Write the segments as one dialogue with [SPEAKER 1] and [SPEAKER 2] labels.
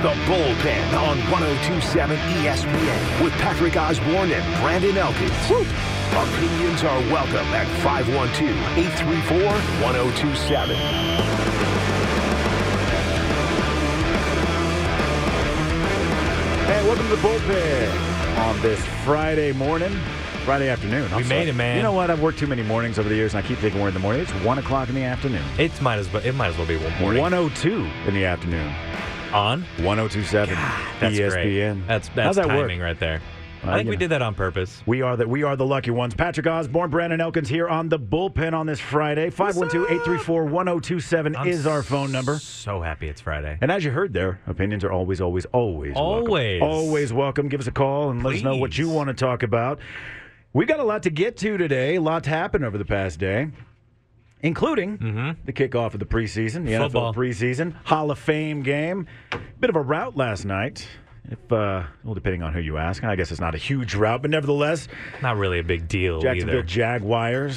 [SPEAKER 1] The Bullpen on 1027 ESPN with Patrick Osborne and Brandon Elkins. Opinions are welcome at 512 834 1027.
[SPEAKER 2] Hey, welcome to the bullpen on this Friday morning, Friday afternoon. I'm
[SPEAKER 3] We made it, man.
[SPEAKER 2] You know what? I've worked too many mornings over the years, and I keep thinking we're in the morning. It's one o'clock in the afternoon.
[SPEAKER 3] It might as well. It might as well be one morning.
[SPEAKER 2] 102 in the afternoon.
[SPEAKER 3] on.
[SPEAKER 2] 1027
[SPEAKER 3] That's
[SPEAKER 2] E ESPN.
[SPEAKER 3] Great. That's that's
[SPEAKER 2] How's that
[SPEAKER 3] timing
[SPEAKER 2] work?
[SPEAKER 3] right there.
[SPEAKER 2] Well,
[SPEAKER 3] I think
[SPEAKER 2] you
[SPEAKER 3] we
[SPEAKER 2] know.
[SPEAKER 3] did that on purpose.
[SPEAKER 2] We are the we are the lucky ones. Patrick Osborne, Brandon Elkins here on the bullpen on this Friday. 512-834-1027
[SPEAKER 3] I'm
[SPEAKER 2] is our phone number.
[SPEAKER 3] So happy it's Friday.
[SPEAKER 2] And as you heard there, opinions are always, always, always,
[SPEAKER 3] Always.
[SPEAKER 2] welcome. always welcome. Give us a call and let us know what you
[SPEAKER 3] Please.
[SPEAKER 2] want to talk about. We got a lot to get to today. A lot's happened over the past day, including the kickoff of the preseason, the
[SPEAKER 3] Mm-hmm. Football.
[SPEAKER 2] NFL preseason Hall of Fame game. Bit of a rout last night. If uh, well, depending on who you ask, I guess it's not a huge rout, but nevertheless,
[SPEAKER 3] Not really a big deal
[SPEAKER 2] Jacksonville
[SPEAKER 3] either.
[SPEAKER 2] Jaguars.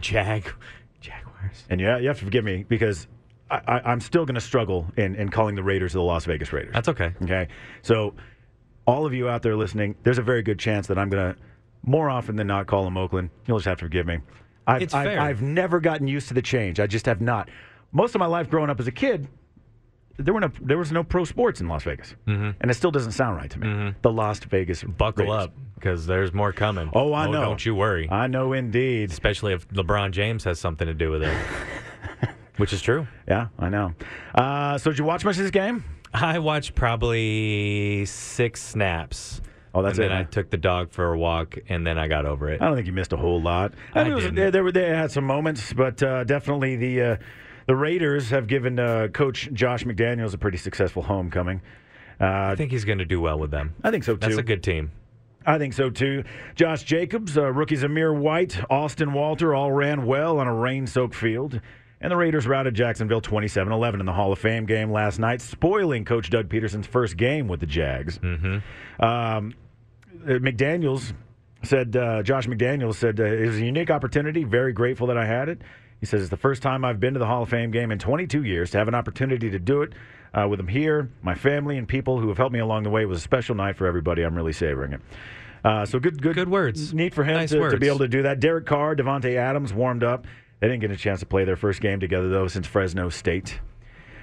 [SPEAKER 3] Jag, Jaguars.
[SPEAKER 2] And yeah, you have to forgive me because I, I, I'm still going to struggle in, in calling the Raiders the Las Vegas Raiders.
[SPEAKER 3] That's okay.
[SPEAKER 2] Okay. So, all of you out there listening, there's a very good chance that I'm going to, more often than not, call them Oakland. You'll just have to forgive me. I've,
[SPEAKER 3] It's
[SPEAKER 2] I've,
[SPEAKER 3] fair.
[SPEAKER 2] I've never gotten used to the change. I just have not. Most of my life growing up as a kid, there were no, there was no pro sports in Las Vegas, mm-hmm. and it still doesn't sound right to me. The Las Vegas.
[SPEAKER 3] Mm-hmm. Buckle
[SPEAKER 2] Raiders.
[SPEAKER 3] up because there's more coming.
[SPEAKER 2] Oh, I know.
[SPEAKER 3] Don't you worry.
[SPEAKER 2] I know indeed.
[SPEAKER 3] Especially if LeBron James has something to do with it, which is true.
[SPEAKER 2] Yeah, I know. Uh, so, did you watch much of this game?
[SPEAKER 3] I watched probably six snaps.
[SPEAKER 2] Oh, that's
[SPEAKER 3] and
[SPEAKER 2] it,
[SPEAKER 3] Then I
[SPEAKER 2] huh? Uh,
[SPEAKER 3] took the dog for a walk, and then I got over it.
[SPEAKER 2] I don't think you missed a whole lot. I,
[SPEAKER 3] I
[SPEAKER 2] mean, it was-
[SPEAKER 3] didn't.
[SPEAKER 2] they, they were they had some moments, but uh, definitely the uh, the Raiders have given uh, Coach Josh McDaniels a pretty successful homecoming. Uh,
[SPEAKER 3] I think he's going to do well with them.
[SPEAKER 2] I think so too.
[SPEAKER 3] That's a good team.
[SPEAKER 2] I think so too. Josh Jacobs, uh, rookies Amir White, Austin Walter all ran well on a rain soaked field. And the Raiders routed Jacksonville 27 11 in the Hall of Fame game last night, spoiling Coach Doug Peterson's first game with the Jags. Mm-hmm. Um, uh, McDaniels said, uh, Josh McDaniels said, uh, it was a unique opportunity. Very grateful that I had it. He says, it's the first time I've been to the Hall of Fame game in 22 years to have an opportunity to do it uh, with them here. My family and people who have helped me along the way it was a special night for everybody. I'm really savoring it. Uh, so good, good,
[SPEAKER 3] Good words.
[SPEAKER 2] Neat for him
[SPEAKER 3] Nice
[SPEAKER 2] to, to be
[SPEAKER 3] words.
[SPEAKER 2] able to do that. Derek Carr, Devontae Adams warmed up. They didn't get a chance to play their first game together though since Fresno State.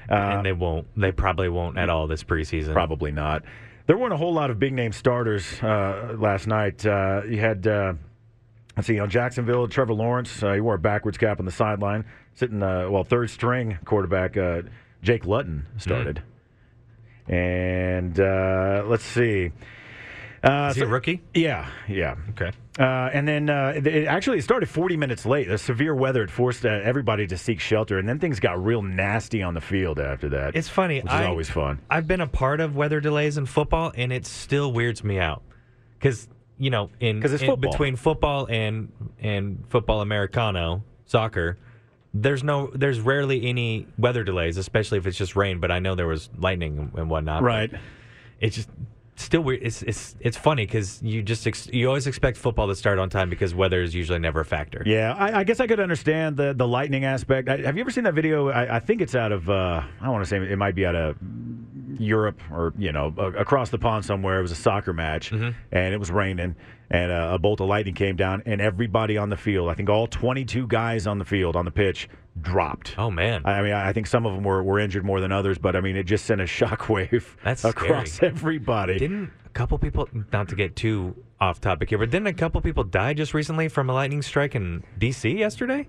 [SPEAKER 3] and they won't. They probably won't at all this preseason.
[SPEAKER 2] Uh, Probably not. There weren't a whole lot of big name starters uh, last night. Uh, you had, uh, let's see, on Jacksonville, Trevor Lawrence. Uh, he wore a backwards cap on the sideline, sitting, uh, well, third string quarterback uh, Jake Lutton started. And uh, let's see. Uh,
[SPEAKER 3] Is he
[SPEAKER 2] so-
[SPEAKER 3] a rookie?
[SPEAKER 2] Yeah, yeah.
[SPEAKER 3] Okay.
[SPEAKER 2] Uh, and then uh, it- it actually it started 40 minutes late. The severe weather had forced uh, everybody to seek shelter, and then things got real nasty on the field after that.
[SPEAKER 3] It's funny.
[SPEAKER 2] which is
[SPEAKER 3] I,
[SPEAKER 2] always fun.
[SPEAKER 3] I've been a part of weather delays in football, and it still weirds me out because you know in,
[SPEAKER 2] 'Cause it's
[SPEAKER 3] in-
[SPEAKER 2] football.
[SPEAKER 3] between football and and football americano soccer. There's no, there's rarely any weather delays, especially if it's just rain. But I know there was lightning and- and whatnot. but
[SPEAKER 2] Right.
[SPEAKER 3] It's just still weird. It's it's it's funny because you just ex- you always expect football to start on time because weather is usually never a factor.
[SPEAKER 2] Yeah, I, I guess I could understand the the lightning aspect. I, have you ever seen that video? I, I think it's out of uh, I want to say it might be out of Europe or you know a- across the pond somewhere. It was a soccer match
[SPEAKER 3] Mm-hmm.
[SPEAKER 2] and it was raining and uh, a bolt of lightning came down and everybody on the field, I think all 22 guys on the field on the pitch dropped.
[SPEAKER 3] Oh man.
[SPEAKER 2] I I mean, I I think some of them were, were injured more than others, but I mean, it just sent a shockwave
[SPEAKER 3] That's
[SPEAKER 2] across
[SPEAKER 3] scary.
[SPEAKER 2] everybody.
[SPEAKER 3] Didn't a couple people, not to get too off topic here, but didn't a couple people die just recently from a lightning strike in D.C. yesterday?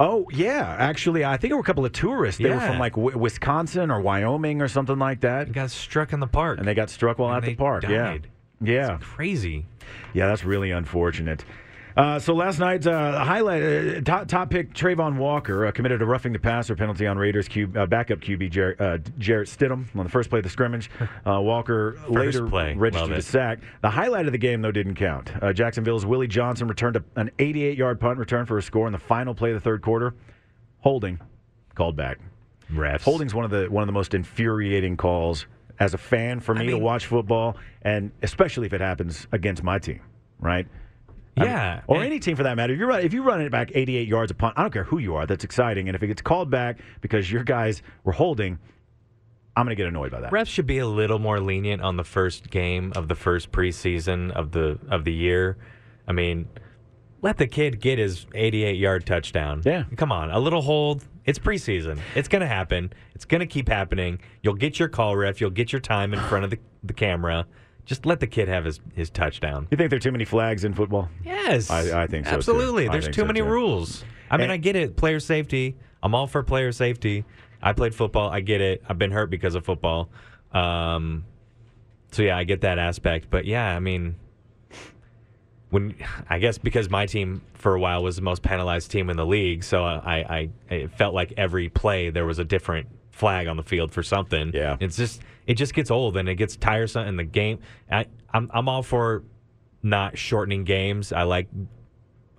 [SPEAKER 2] Oh yeah, actually, I think there were a couple of tourists. They were
[SPEAKER 3] Yeah.
[SPEAKER 2] from like w- Wisconsin or Wyoming or something like that,
[SPEAKER 3] It got struck in the park.
[SPEAKER 2] and they got struck while
[SPEAKER 3] And
[SPEAKER 2] at the
[SPEAKER 3] they
[SPEAKER 2] park.
[SPEAKER 3] died.
[SPEAKER 2] Yeah, yeah,
[SPEAKER 3] Crazy.
[SPEAKER 2] yeah. That's really unfortunate. Uh, so last night, uh, highlight uh, top, top pick Trayvon Walker uh, committed a roughing the passer penalty on Raiders Q, uh, backup QB Jar- uh, Jarrett Stidham on the first play of the scrimmage. Uh, Walker later
[SPEAKER 3] play.
[SPEAKER 2] registered
[SPEAKER 3] Love
[SPEAKER 2] a
[SPEAKER 3] it.
[SPEAKER 2] sack. The highlight of the game though didn't count. Uh, Jacksonville's Willie Johnson returned a, an 88-yard punt return for a score in the final play of the third quarter. Holding called back.
[SPEAKER 3] Refs.
[SPEAKER 2] Holding's one of the one of the most infuriating calls as a fan for me to
[SPEAKER 3] mean-
[SPEAKER 2] watch football, and especially if it happens against my team, right? I mean,
[SPEAKER 3] Yeah.
[SPEAKER 2] or any team for that matter. If you run if you run it back 88 yards a punt, I don't care who you are, that's exciting. And if it gets called back because your guys were holding, I'm going to get annoyed by that.
[SPEAKER 3] refs should be a little more lenient on the first game of the first preseason of the of the year. I mean, let the kid get his 88 yard touchdown.
[SPEAKER 2] Yeah.
[SPEAKER 3] come on, a little hold. It's preseason. It's gonna happen. It's gonna keep happening. You'll get your call ref. You'll get your time in front of the, the camera. Just let the kid have his, his touchdown.
[SPEAKER 2] You think there are too many flags in football?
[SPEAKER 3] Yes,
[SPEAKER 2] I- I think so, too.
[SPEAKER 3] Absolutely.
[SPEAKER 2] I
[SPEAKER 3] There's
[SPEAKER 2] think
[SPEAKER 3] too
[SPEAKER 2] so,
[SPEAKER 3] many
[SPEAKER 2] too.
[SPEAKER 3] rules. I mean,
[SPEAKER 2] And-
[SPEAKER 3] I get it. Player safety. I'm all for player safety. I played football. I get it. I've been hurt because of football. Um, so yeah, I get that aspect. But yeah, I mean, when I guess because my team for a while was the most penalized team in the league, so I, I it felt like every play there was a different flag on the field for something.
[SPEAKER 2] Yeah.
[SPEAKER 3] it's just it just gets old and it gets tiresome in the game. I, I'm I'm all for not shortening games. I like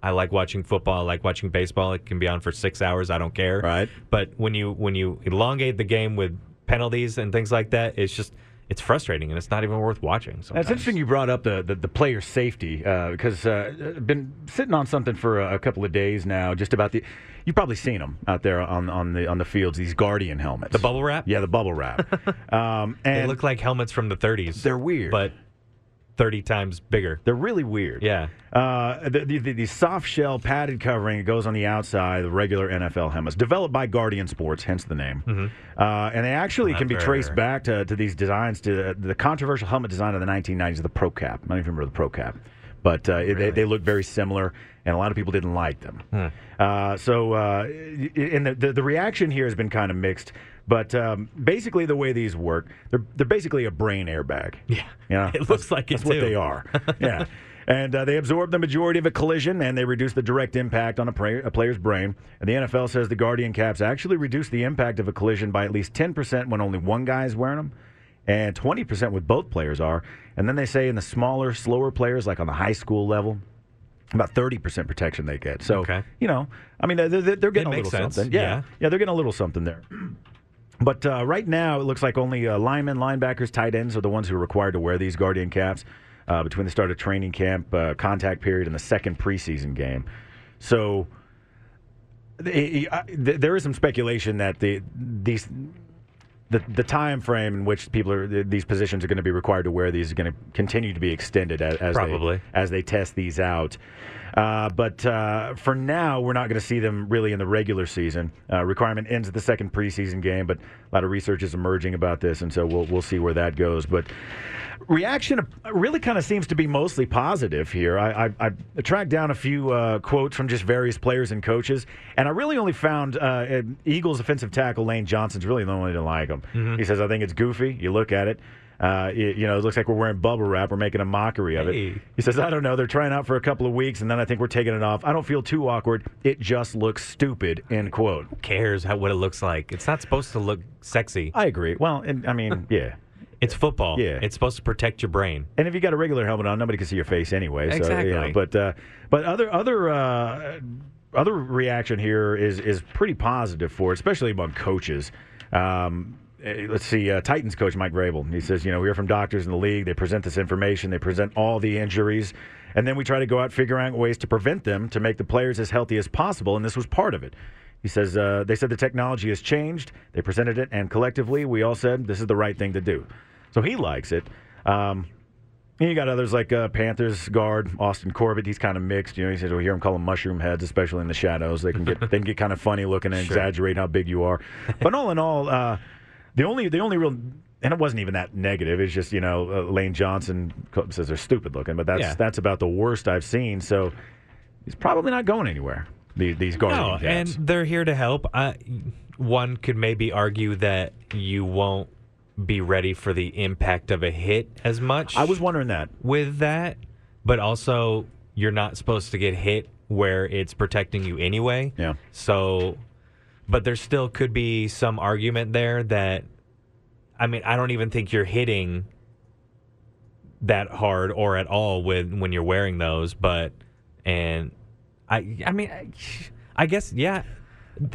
[SPEAKER 3] I like watching football. I like watching baseball. It can be on for six hours. I don't care.
[SPEAKER 2] Right.
[SPEAKER 3] But when you when you elongate the game with penalties and things like that, it's just it's frustrating and it's not even worth watching. Sometimes.
[SPEAKER 2] That's interesting you brought up the, the, the player safety uh, because uh, I've been sitting on something for a, a couple of days now just about the. You've probably seen them out there on, on the on the fields, these Guardian helmets. The
[SPEAKER 3] bubble wrap?
[SPEAKER 2] Yeah, the bubble wrap. um,
[SPEAKER 3] They
[SPEAKER 2] and
[SPEAKER 3] look like helmets from the 30s.
[SPEAKER 2] They're weird.
[SPEAKER 3] but 30 times bigger.
[SPEAKER 2] they're really weird.
[SPEAKER 3] Yeah.
[SPEAKER 2] Uh, the, the, the, the soft shell padded covering it goes on the outside of the regular NFL helmets, developed by Guardian Sports, hence the name. Uh, and they actually can be
[SPEAKER 3] Clever.
[SPEAKER 2] traced back to, to these designs, to the controversial helmet design of the 1990s, the Pro Cap. I don't even remember the Pro Cap, but uh, it- they, they look very similar, and a lot of people didn't like them. Uh, so, uh, y- y- and the, the, the reaction here has been kind of mixed. But um, basically, the way these work, they're, they're basically a brain airbag.
[SPEAKER 3] Yeah.
[SPEAKER 2] You know?
[SPEAKER 3] It looks like it,
[SPEAKER 2] That's what
[SPEAKER 3] too.
[SPEAKER 2] they are. Yeah. And uh, they absorb the majority of a collision and they reduce the direct impact on a, pra- a player's brain. And the NFL says the Guardian caps actually reduce the impact of a collision by at least 10% when only one guy is wearing them and 20% with both players are. And then they say in the smaller, slower players, like on the high school level, about 30% protection they get. So,
[SPEAKER 3] Okay.
[SPEAKER 2] you know, I mean, they're, they're they're getting a
[SPEAKER 3] makes
[SPEAKER 2] little
[SPEAKER 3] sense.
[SPEAKER 2] something.
[SPEAKER 3] Yeah.
[SPEAKER 2] yeah. Yeah, they're getting a little something there. But uh, right now, it looks like only uh, linemen, linebackers, tight ends are the ones who are required to wear these guardian caps uh, between the start of training camp, uh, contact period, and the second preseason game. So the- I- th- there is some speculation that the these the, the time frame in which people are th- these positions are going to be required to wear these is going to continue to be extended as, as
[SPEAKER 3] Probably.
[SPEAKER 2] they, as they test these out. Uh, but uh, for now, we're not going to see them really in the regular season. Uh, requirement ends at the second preseason game, but a lot of research is emerging about this, and so we'll we'll see where that goes. But reaction really kind of seems to be mostly positive here. I, I, I tracked down a few uh, quotes from just various players and coaches, and I really only found uh, Eagles offensive tackle Lane Johnson's really the only one that didn't like him. He says, "I think it's goofy. You look at it." Uh, it, you know, it looks like we're wearing bubble wrap. We're making a mockery of it.
[SPEAKER 3] Hey.
[SPEAKER 2] He says, I don't know. They're trying out for a couple of weeks, and then I think we're taking it off. I don't feel too awkward. It just looks stupid, end quote.
[SPEAKER 3] Who cares how what it looks like? It's not supposed to look sexy.
[SPEAKER 2] I agree. Well, and I mean, yeah.
[SPEAKER 3] It's football.
[SPEAKER 2] Yeah.
[SPEAKER 3] It's supposed to protect your brain.
[SPEAKER 2] And if you got a regular helmet on, nobody can see your face anyway. So,
[SPEAKER 3] Exactly.
[SPEAKER 2] you know, but uh, but other other uh, other reaction here is is pretty positive for, it, especially among coaches. Um, eh, let's see, uh, Titans coach Mike Vrabel. He says, you know, we hear from doctors in the league. They present this information. They present all the injuries, and then we try to go out figuring out ways to prevent them to make the players as healthy as possible. And this was part of it. He says, uh, they said the technology has changed. They presented it, and collectively, we all said this is the right thing to do. So he likes it. Um, and you got others like uh, Panthers guard Austin Corbett. He's kind of mixed. You know, he says we hear him call them mushroom heads, especially in the shadows. They can get they can get kind of funny looking and exaggerate how big you are. But all in all, uh, the only the only real and it wasn't even that negative. It's just you know uh, Lane Johnson co- says they're stupid looking, but that's
[SPEAKER 3] Yeah.
[SPEAKER 2] that's about the worst I've seen. So he's probably not going anywhere. These, these guardian
[SPEAKER 3] No, and
[SPEAKER 2] cats.
[SPEAKER 3] they're here to help. I, one could maybe argue that you won't be ready for the impact of a hit as much.
[SPEAKER 2] I was wondering that.
[SPEAKER 3] with that, but also you're not supposed to get hit where it's protecting you anyway.
[SPEAKER 2] Yeah.
[SPEAKER 3] So, but there still could be some argument there that, I mean, I don't even think you're hitting that hard or at all with when you're wearing those. But and I, I mean, I, I guess yeah,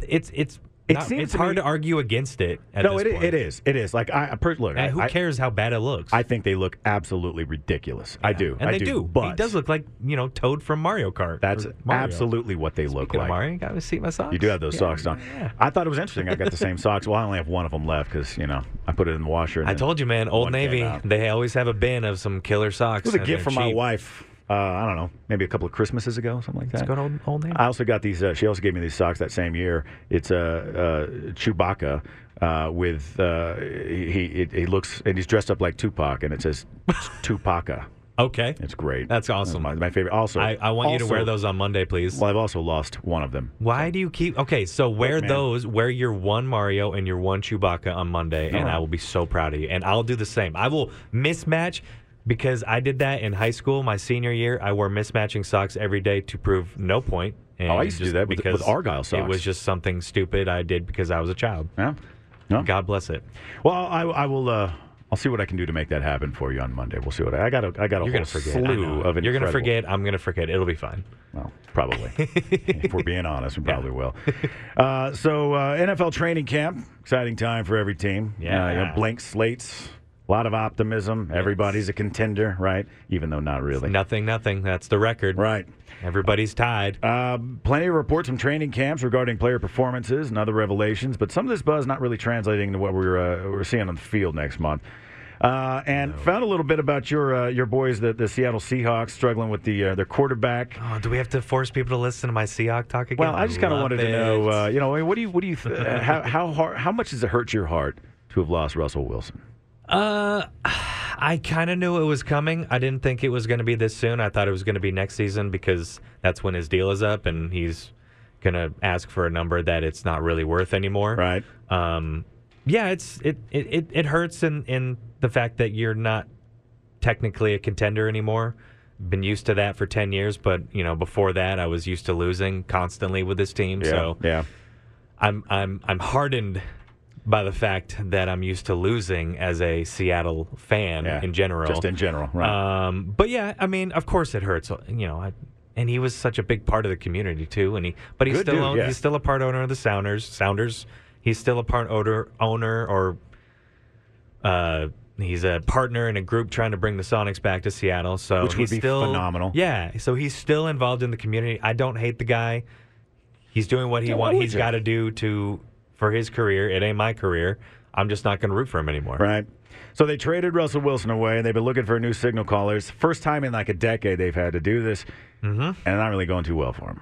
[SPEAKER 3] it's it's
[SPEAKER 2] It
[SPEAKER 3] Not-
[SPEAKER 2] seems
[SPEAKER 3] it's
[SPEAKER 2] to
[SPEAKER 3] hard
[SPEAKER 2] me-
[SPEAKER 3] to argue against it. At
[SPEAKER 2] no,
[SPEAKER 3] this
[SPEAKER 2] it, i-
[SPEAKER 3] point.
[SPEAKER 2] it is. It is. Like I, I per, look,
[SPEAKER 3] And
[SPEAKER 2] I,
[SPEAKER 3] who
[SPEAKER 2] I-
[SPEAKER 3] cares how bad it looks?
[SPEAKER 2] I think they look absolutely ridiculous. I do.
[SPEAKER 3] and
[SPEAKER 2] I
[SPEAKER 3] they do.
[SPEAKER 2] But
[SPEAKER 3] he does look like you know Toad from Mario Kart.
[SPEAKER 2] That's
[SPEAKER 3] or Mario.
[SPEAKER 2] absolutely what they look
[SPEAKER 3] Speaking of
[SPEAKER 2] like.
[SPEAKER 3] Mario, you gotta see my socks.
[SPEAKER 2] You do have those socks on.
[SPEAKER 3] yeah.
[SPEAKER 2] I thought it was interesting. I got the same socks. Well, I only have one of them left because you know I put it in the washer. And
[SPEAKER 3] I
[SPEAKER 2] then-
[SPEAKER 3] told you, man.
[SPEAKER 2] One
[SPEAKER 3] Old
[SPEAKER 2] came
[SPEAKER 3] Navy,
[SPEAKER 2] out.
[SPEAKER 3] they always have a bin of some killer socks.
[SPEAKER 2] It was a
[SPEAKER 3] and
[SPEAKER 2] gift
[SPEAKER 3] they're
[SPEAKER 2] from my
[SPEAKER 3] cheap.
[SPEAKER 2] wife. Uh, I don't know, maybe a couple of Christmases ago, something like that.
[SPEAKER 3] It's got old, old Navy.
[SPEAKER 2] I also got these. Uh, she also gave me these socks that same year. It's a uh, uh, Chewbacca uh, with uh, he, he it- he looks and he's dressed up like Tupac, and it says Tupaca.
[SPEAKER 3] okay,
[SPEAKER 2] It's great.
[SPEAKER 3] That's awesome.
[SPEAKER 2] My, my favorite. Also,
[SPEAKER 3] I, I want you to
[SPEAKER 2] also-
[SPEAKER 3] wear those on Monday, please.
[SPEAKER 2] Well, I've also lost one of them.
[SPEAKER 3] Why do you keep? Okay, so wear
[SPEAKER 2] man.
[SPEAKER 3] those. Wear your one Mario and your one Chewbacca on Monday, and
[SPEAKER 2] right.
[SPEAKER 3] I will be so proud of you. And I'll do the same. I will mismatch because I did that in high school, my senior year. I wore mismatching socks every day to prove no point. And
[SPEAKER 2] Oh, I used to do
[SPEAKER 3] just
[SPEAKER 2] that with- with Argyle
[SPEAKER 3] It
[SPEAKER 2] socks.
[SPEAKER 3] was just something stupid I did because I was a child.
[SPEAKER 2] Yeah. No.
[SPEAKER 3] God bless it.
[SPEAKER 2] Well, I, I will. Uh, I'll see what I can do to make that happen for you on Monday. We'll see what I, I got. A, I got a whole
[SPEAKER 3] You're gonna forget. I
[SPEAKER 2] slew
[SPEAKER 3] know.
[SPEAKER 2] of
[SPEAKER 3] You're gonna
[SPEAKER 2] incredible-
[SPEAKER 3] forget. I'm gonna forget. It'll be fine.
[SPEAKER 2] Well, probably. if we're being honest, we probably will. Uh, so uh, NFL training camp, exciting time for every team.
[SPEAKER 3] Yeah.
[SPEAKER 2] Uh, you know, blank slates, a lot of optimism. Everybody's a contender, right? Even though not really.
[SPEAKER 3] Nothing. Nothing. That's the record.
[SPEAKER 2] Right.
[SPEAKER 3] Everybody's tied.
[SPEAKER 2] Uh, plenty of reports from training camps regarding player performances and other revelations, but some of this buzz not really translating to what we're uh, we're seeing on the field next month. Uh, and found a little bit about your uh, your boys, the, the Seattle Seahawks, struggling with the uh, their quarterback.
[SPEAKER 3] Oh, do we have to force people to listen to my Seahawk talk again?
[SPEAKER 2] Well, I just kind of
[SPEAKER 3] love
[SPEAKER 2] wanted to
[SPEAKER 3] it.
[SPEAKER 2] know, uh, you know, I mean, what do you what do you th- uh, how how hard, how much does it hurt your heart to have lost Russell Wilson?
[SPEAKER 3] Uh, I kind of knew it was coming. I didn't think it was going to be this soon. I thought it was going to be next season because that's when his deal is up and he's going to ask for a number that it's not really worth anymore.
[SPEAKER 2] Right.
[SPEAKER 3] Um, yeah, it's it it, it, it hurts in, in the fact that you're not technically a contender anymore. Been used to that for 10 years, but you know, before that I was used to losing constantly with this team. So
[SPEAKER 2] yeah,
[SPEAKER 3] I'm I'm I'm hardened by the fact that I'm used to losing as a Seattle fan
[SPEAKER 2] yeah.
[SPEAKER 3] in general.
[SPEAKER 2] just in general, right?
[SPEAKER 3] Um, but yeah, I mean, of course it hurts. You know, I, and he was such a big part of the community too. And he, but he's
[SPEAKER 2] Good
[SPEAKER 3] still
[SPEAKER 2] dude,
[SPEAKER 3] own,
[SPEAKER 2] yeah.
[SPEAKER 3] he's still a part owner of the Sounders. Sounders. He's still a part owner owner or uh, he's a partner in a group trying to bring the Sonics back to Seattle. So
[SPEAKER 2] Which would
[SPEAKER 3] he's
[SPEAKER 2] be
[SPEAKER 3] still,
[SPEAKER 2] phenomenal.
[SPEAKER 3] Yeah. So he's still involved in the community. I don't hate the guy. He's doing what he
[SPEAKER 2] Yeah, why
[SPEAKER 3] wants.
[SPEAKER 2] would
[SPEAKER 3] He's
[SPEAKER 2] you?
[SPEAKER 3] got to do to for his career. It ain't my career. I'm just not going to root for him anymore.
[SPEAKER 2] Right. So they traded Russell Wilson away, and they've been looking for a new signal caller. It's the first time in like a decade they've had to do this, mm-hmm. and not really going too well for them.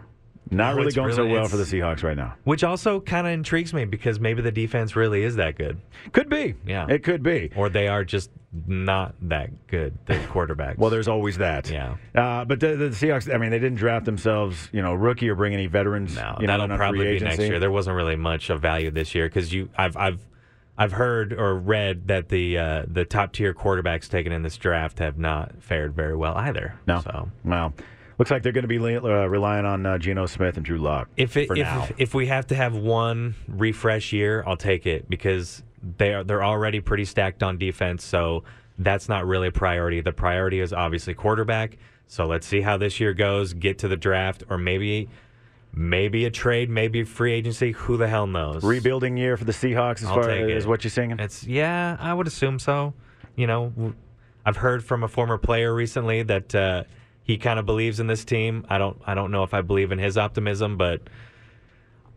[SPEAKER 2] Not
[SPEAKER 3] No,
[SPEAKER 2] really
[SPEAKER 3] it's
[SPEAKER 2] going so
[SPEAKER 3] really-
[SPEAKER 2] well for the
[SPEAKER 3] it's-
[SPEAKER 2] Seahawks right now.
[SPEAKER 3] Which also kind of intrigues me because maybe the defense really is that good,
[SPEAKER 2] Could be.
[SPEAKER 3] Yeah.
[SPEAKER 2] It could be.
[SPEAKER 3] or they are just not that good. The quarterbacks.
[SPEAKER 2] Well, there's always that.
[SPEAKER 3] Yeah.
[SPEAKER 2] Uh, but the, the Seahawks, I mean, they didn't draft themselves, you know, rookie or bring any veterans.
[SPEAKER 3] no.
[SPEAKER 2] you know,
[SPEAKER 3] that'll
[SPEAKER 2] in on free
[SPEAKER 3] probably be next
[SPEAKER 2] agency.
[SPEAKER 3] year. There wasn't really much of value this year because you, I've, I've, I've heard or read that the uh, the top tier quarterbacks taken in this draft have not fared very well either.
[SPEAKER 2] No.
[SPEAKER 3] So
[SPEAKER 2] Wow. Looks like they're going to be le- uh, relying on uh, Geno Smith and Drew Lock.
[SPEAKER 3] if it,
[SPEAKER 2] for
[SPEAKER 3] if
[SPEAKER 2] now.
[SPEAKER 3] if we have to have one refresh year, I'll take it because they are they're already pretty stacked on defense, so that's not really a priority. The priority is obviously quarterback. So let's see how this year goes. Get to the draft, or maybe maybe a trade, maybe free agency. Who the hell knows?
[SPEAKER 2] Rebuilding year for the Seahawks, as
[SPEAKER 3] I'll
[SPEAKER 2] far
[SPEAKER 3] take it.
[SPEAKER 2] as what you're singing?
[SPEAKER 3] It's yeah, I would assume so. You know, w- I've heard from a former player recently that uh, he kind of believes in this team. I don't, I don't know if I believe in his optimism, but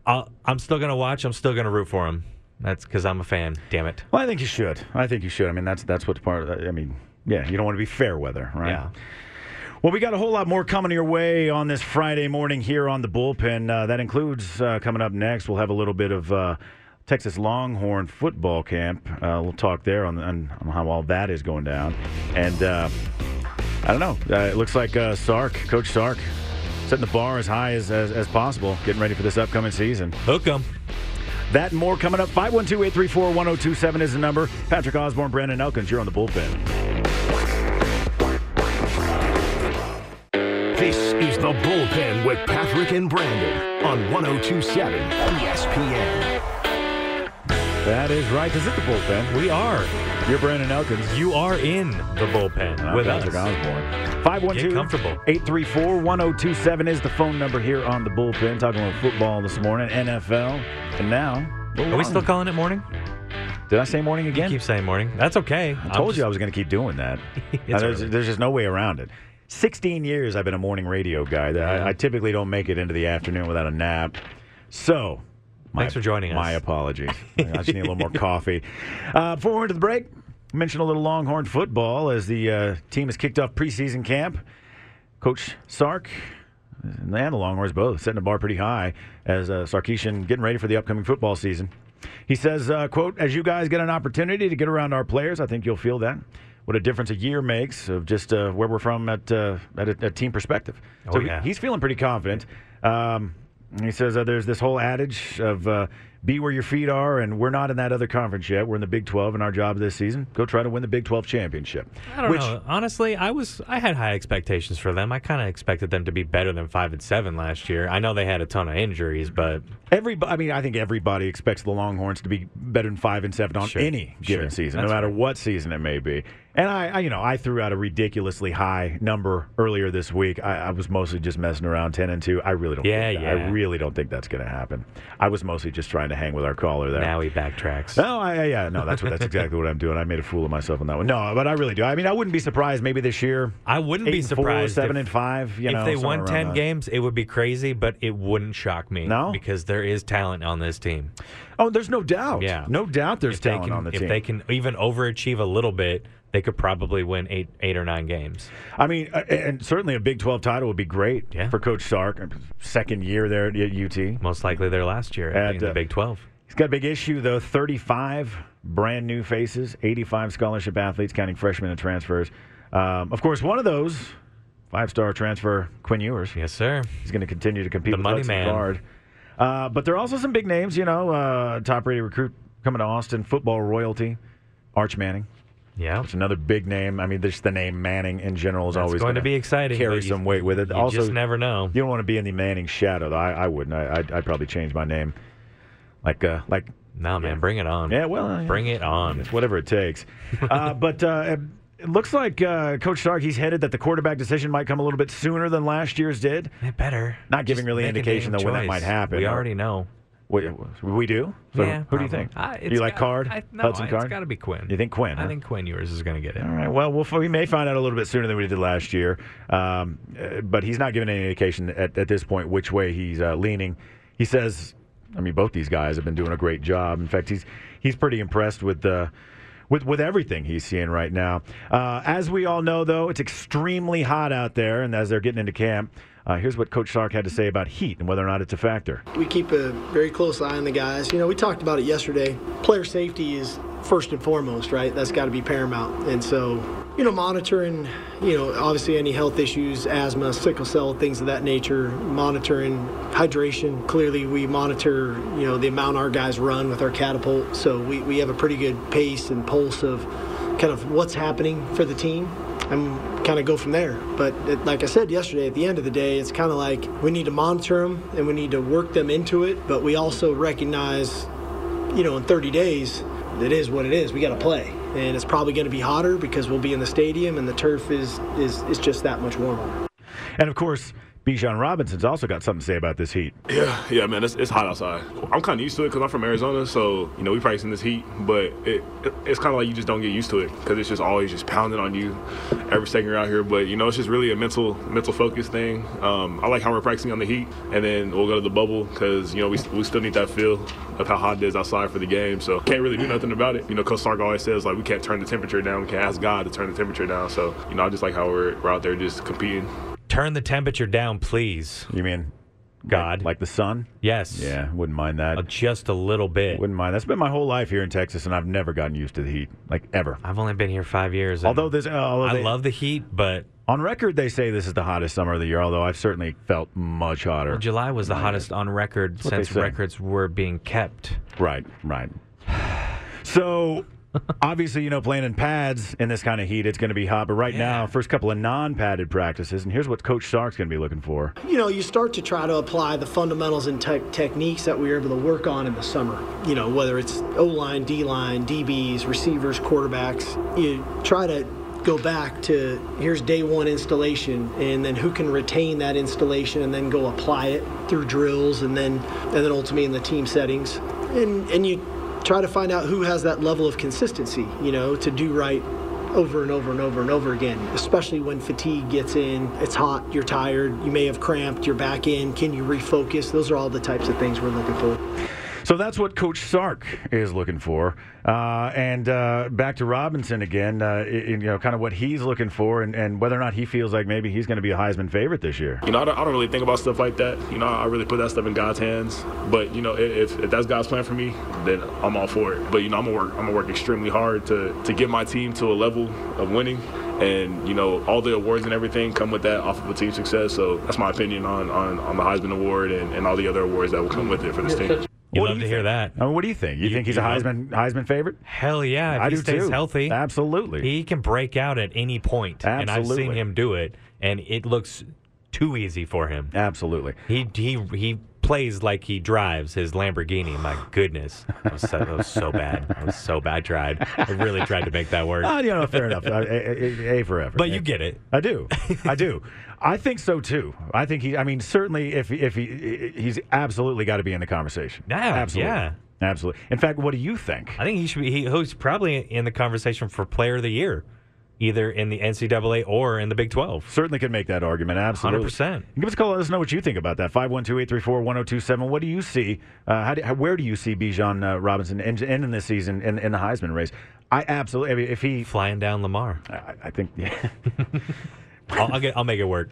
[SPEAKER 3] I'll, I'm still gonna watch. I'm still gonna root for him. That's because I'm a fan. Damn it.
[SPEAKER 2] Well, I think you should. I think you should. I mean, that's that's what's part of that. I mean, yeah, you don't want to be fair weather, right?
[SPEAKER 3] Yeah.
[SPEAKER 2] Well, we got a whole lot more coming your way on this Friday morning here on the bullpen. Uh, that includes uh, coming up next. We'll have a little bit of uh, Texas Longhorn football camp. Uh, we'll talk there on, on on how all that is going down, and uh, I don't know. Uh, it looks like uh, Sark, Coach Sark, setting the bar as high as, as as possible, getting ready for this upcoming season.
[SPEAKER 3] Hook 'em.
[SPEAKER 2] That and more coming up. 512 834 1027 is the number. Patrick Osborne, Brandon Elkins, you're on the bullpen.
[SPEAKER 1] This is the bullpen with Patrick and Brandon on 1027 ESPN.
[SPEAKER 2] That is right. This is the bullpen.
[SPEAKER 3] We are.
[SPEAKER 2] You're Brandon Elkins.
[SPEAKER 3] You are in the bullpen
[SPEAKER 2] And I'm
[SPEAKER 3] with
[SPEAKER 2] Patrick
[SPEAKER 3] us.
[SPEAKER 2] Osborne.
[SPEAKER 3] Get
[SPEAKER 2] 512
[SPEAKER 3] comfortable.
[SPEAKER 2] 834 1027 is the phone number here on the bullpen. Talking about football this morning, NFL, and now
[SPEAKER 3] Are we still calling it morning?
[SPEAKER 2] Did I say morning again?
[SPEAKER 3] Keep saying morning. That's okay.
[SPEAKER 2] I told you I was going to keep doing that. Now, there's,
[SPEAKER 3] early.
[SPEAKER 2] there's just no way around it. 16 years I've been a morning radio guy. I, I typically don't make it into the afternoon without a nap. So, my,
[SPEAKER 3] Thanks for joining us.
[SPEAKER 2] My apologies. I just need a little more coffee. Uh, before we went to the break, mention a little Longhorn football as the uh, team has kicked off preseason camp. Coach Sark and the Longhorns both setting the bar pretty high as uh, Sarkeesian getting ready for the upcoming football season. He says, uh, "quote As you guys get an opportunity to get around our players, I think you'll feel that what a difference a year makes of just uh, where we're from at uh, at a, a team perspective." so
[SPEAKER 3] Oh, yeah.
[SPEAKER 2] he, he's feeling pretty confident. Um, he says, uh, "There's this whole adage of uh, be where your feet are, and we're not in that other conference yet. We're in the Big 12, and our job this season go try to win the Big 12 championship."
[SPEAKER 3] I don't
[SPEAKER 2] which,
[SPEAKER 3] know. Honestly, I was I had high expectations for them. I kind of expected them to be better than five and seven last year. I know they had a ton of injuries, but
[SPEAKER 2] Everybody, I mean, I think everybody expects the Longhorns to be better than five and seven on
[SPEAKER 3] Sure,
[SPEAKER 2] any given
[SPEAKER 3] sure.
[SPEAKER 2] season,
[SPEAKER 3] That's
[SPEAKER 2] no matter what season it may be. And I, I, you know, I threw out a ridiculously high number earlier this week. I, I was mostly just messing around, ten and two. I really don't.
[SPEAKER 3] Yeah,
[SPEAKER 2] think that- I
[SPEAKER 3] yeah.
[SPEAKER 2] really don't think that's going to happen. I was mostly just trying to hang with our caller there.
[SPEAKER 3] now he backtracks.
[SPEAKER 2] No, I, I- yeah, no, that's what that's exactly what I'm doing. I made a fool of myself on that one. No, but I really do. I mean, I wouldn't be surprised maybe this year.
[SPEAKER 3] I wouldn't
[SPEAKER 2] eight
[SPEAKER 3] be
[SPEAKER 2] and four,
[SPEAKER 3] surprised
[SPEAKER 2] seven
[SPEAKER 3] if,
[SPEAKER 2] and five. You
[SPEAKER 3] if
[SPEAKER 2] know,
[SPEAKER 3] they
[SPEAKER 2] somewhere
[SPEAKER 3] won
[SPEAKER 2] around
[SPEAKER 3] ten
[SPEAKER 2] that.
[SPEAKER 3] games. It would be crazy, but it wouldn't shock me.
[SPEAKER 2] No?
[SPEAKER 3] because there is talent on this team.
[SPEAKER 2] Oh, there's no doubt.
[SPEAKER 3] Yeah.
[SPEAKER 2] no doubt. There's
[SPEAKER 3] If they
[SPEAKER 2] talent
[SPEAKER 3] can,
[SPEAKER 2] on the
[SPEAKER 3] if
[SPEAKER 2] team.
[SPEAKER 3] they can even overachieve a little bit, they could probably win eight eight or nine games.
[SPEAKER 2] I mean, uh, and certainly a Big 12 title would be great
[SPEAKER 3] Yeah.
[SPEAKER 2] for Coach Sark. uh, Second year there at UT. He's
[SPEAKER 3] Most likely their last year at,
[SPEAKER 2] And,
[SPEAKER 3] in the
[SPEAKER 2] uh,
[SPEAKER 3] Big Twelve.
[SPEAKER 2] got a big issue, though 35 brand new faces, 85 scholarship athletes, counting freshmen and transfers. Um, of course, one of those, five star transfer Quinn Ewers,
[SPEAKER 3] Yes, sir.
[SPEAKER 2] he's going to continue to compete
[SPEAKER 3] The
[SPEAKER 2] with
[SPEAKER 3] money
[SPEAKER 2] Hudson
[SPEAKER 3] man.
[SPEAKER 2] Card. Uh, but there are also some big names, you know, uh, top rated recruit coming to Austin, football royalty, Arch Manning.
[SPEAKER 3] Yeah.
[SPEAKER 2] It's another big name. I mean, just the name Manning in general is
[SPEAKER 3] That's
[SPEAKER 2] always
[SPEAKER 3] going to
[SPEAKER 2] gonna
[SPEAKER 3] be exciting,
[SPEAKER 2] Carry
[SPEAKER 3] but you-
[SPEAKER 2] some weight with it.
[SPEAKER 3] You
[SPEAKER 2] also,
[SPEAKER 3] just never know.
[SPEAKER 2] You don't want to be in the Manning shadow, though. I, I wouldn't. I, I'd, I'd probably change my name. Like, uh, like,
[SPEAKER 3] No, man, bring it on.
[SPEAKER 2] yeah, well, uh,
[SPEAKER 3] Bring it on.
[SPEAKER 2] it's whatever it takes. uh, but uh, it looks like uh, Coach Stark, he's headed that the quarterback decision might come a little bit sooner than last year's did.
[SPEAKER 3] It Eh, better.
[SPEAKER 2] Not giving really
[SPEAKER 3] make a
[SPEAKER 2] indication,
[SPEAKER 3] damn
[SPEAKER 2] though, when that might
[SPEAKER 3] choice.
[SPEAKER 2] happen,
[SPEAKER 3] We
[SPEAKER 2] or-
[SPEAKER 3] already know.
[SPEAKER 2] We, we do? So
[SPEAKER 3] yeah.
[SPEAKER 2] who do you think?
[SPEAKER 3] probably. I-
[SPEAKER 2] you
[SPEAKER 3] it's
[SPEAKER 2] like
[SPEAKER 3] got-
[SPEAKER 2] Card?
[SPEAKER 3] I, no,
[SPEAKER 2] Hudson Card?
[SPEAKER 3] It's got to be Quinn.
[SPEAKER 2] You think Quinn?
[SPEAKER 3] I
[SPEAKER 2] huh?
[SPEAKER 3] think Quinn Ewers is going to get it.
[SPEAKER 2] All right. Well, we'll we may find out a little bit sooner than we did last year, um, uh, but he's not giving any indication at, at this point which way he's uh, leaning. He says, I mean, both these guys have been doing a great job. In fact, he's he's pretty impressed with uh, with with everything he's seeing right now. Uh, as we all know, though, it's extremely hot out there, and as they're getting into camp, uh, here's what Coach Sark had to say about heat and whether or not it's a factor.
[SPEAKER 4] We keep a very close eye on the guys. You know, we talked about it yesterday. Player safety is first and foremost, right? That's got to be paramount. And so, you know, monitoring, you know, obviously any health issues, asthma, sickle cell, things of that nature, monitoring hydration. Clearly, we monitor, you know, the amount our guys run with our catapult. So we, we have a pretty good pace and pulse of kind of what's happening for the team and kind of go from there. But it, like I said yesterday, at the end of the day, it's kind of like we need to monitor them and we need to work them into it, but we also recognize, you know, in 30 days, it is what it is. We got to play. And it's probably going to be hotter because we'll be in the stadium and the turf is, is, is just that much warmer.
[SPEAKER 2] And of course, Bijan Robinson's also got something to say about this heat.
[SPEAKER 5] Yeah, yeah, man, it's, it's hot outside. I'm kind of used to it because I'm from Arizona, so you know we practice in this heat, but it, it it's kind of like you just don't get used to it because it's just always just pounding on you every second you're out here. But you know, it's just really a mental mental focus thing. Um, I like how we're practicing on the heat, and then we'll go to the bubble because you know we, we still need that feel of how hot it is outside for the game. So can't really do nothing about it. You know, Coach Sark always says like we can't turn the temperature down. We can't ask God to turn the temperature down. So you know, I just like how we're, we're out there just competing.
[SPEAKER 3] Turn the temperature down, please.
[SPEAKER 2] You mean
[SPEAKER 3] God.
[SPEAKER 2] like, like the sun?
[SPEAKER 3] Yes.
[SPEAKER 2] Yeah, wouldn't mind that.
[SPEAKER 3] Uh, Just a little bit.
[SPEAKER 2] Wouldn't mind. That's been my whole life here in Texas, and I've never gotten used to the heat, like ever.
[SPEAKER 3] I've only been here five years. and
[SPEAKER 2] Although this, uh, although
[SPEAKER 3] I
[SPEAKER 2] they-
[SPEAKER 3] love the heat, but
[SPEAKER 2] on record, they say this is the hottest summer of the year. Although I've certainly felt much hotter.
[SPEAKER 3] July was the hottest on record
[SPEAKER 2] what they
[SPEAKER 3] since
[SPEAKER 2] say.
[SPEAKER 3] records were being kept.
[SPEAKER 2] right, right. So obviously, you know, playing in pads in this kind of heat, it's going to be hot. But right now, first couple of non-padded practices, and here's what Coach Sark's going to be looking for.
[SPEAKER 4] you know, you start to try to apply the fundamentals and tech techniques that we were able to work on in the summer. You know, whether it's O line, D line, DBs, receivers, quarterbacks, you try to go back to here's day one installation and then who can retain that installation and then go apply it through drills and then and then ultimately in the team settings and and you try to find out who has that level of consistency, you know, to do right over and over and over and over again, especially when fatigue gets in, it's hot, you're tired, you may have cramped, you're back in, can you refocus? Those are all the types of things we're looking for.
[SPEAKER 2] So that's what Coach Sark is looking for. Uh, and uh, back to Robinson again, uh, in- in, you know, kind of what he's looking for and, and whether or not he feels like maybe he's going to be a Heisman favorite this year.
[SPEAKER 5] You know, I don't, I don't really think about stuff like that. You know, I really put that stuff in God's hands. But you know, i- if, if that's God's plan for me, then I'm all for it. But you know, I'm gonna work. I'm gonna work extremely hard to to get my team to a level of winning. And you know, all the awards and everything come with that off of a team success. So that's my opinion on on, on the Heisman Award and, and all the other awards that will come with it for this team.
[SPEAKER 3] You
[SPEAKER 2] What do
[SPEAKER 3] love
[SPEAKER 2] you
[SPEAKER 3] to hear that.
[SPEAKER 2] I mean, what do you think? You, think he's a
[SPEAKER 3] you love-
[SPEAKER 2] Heisman Heisman favorite?
[SPEAKER 3] Hell yeah! If
[SPEAKER 2] I
[SPEAKER 3] he
[SPEAKER 2] do
[SPEAKER 3] stays
[SPEAKER 2] too.
[SPEAKER 3] healthy,
[SPEAKER 2] Absolutely.
[SPEAKER 3] he can break out at any point. And I've seen
[SPEAKER 2] Absolutely.
[SPEAKER 3] him do it, and it looks too easy for him.
[SPEAKER 2] Absolutely.
[SPEAKER 3] He he he plays like he drives his Lamborghini. My goodness, that was so, that was so bad. That was so bad. I tried. I really tried to make that work.
[SPEAKER 2] Oh, you know, fair enough. Uh, A, a, a for effort.
[SPEAKER 3] But you get it.
[SPEAKER 2] I do. I do. I think so too. I think he. I mean, certainly, if if he he's absolutely got to be in the conversation.
[SPEAKER 3] Yeah,
[SPEAKER 2] absolutely.
[SPEAKER 3] yeah.
[SPEAKER 2] Absolutely. In fact, what do you think?
[SPEAKER 3] I think he should be. He, he's probably in the conversation for Player of the Year, either in the NCAA or in the Big Twelve.
[SPEAKER 2] Certainly could make that argument. Absolutely.
[SPEAKER 3] 100%.
[SPEAKER 2] Give us a call. Let us know what you think about that. 512-834-1027. What do you see? Uh, how do, how, where do you see Bijan uh, Robinson end- ending this season in, in the Heisman race? I absolutely. I mean, if he,
[SPEAKER 3] Flying down Lamar.
[SPEAKER 2] I, I think. Yeah.
[SPEAKER 3] I'll, I'll get. I'll make it work.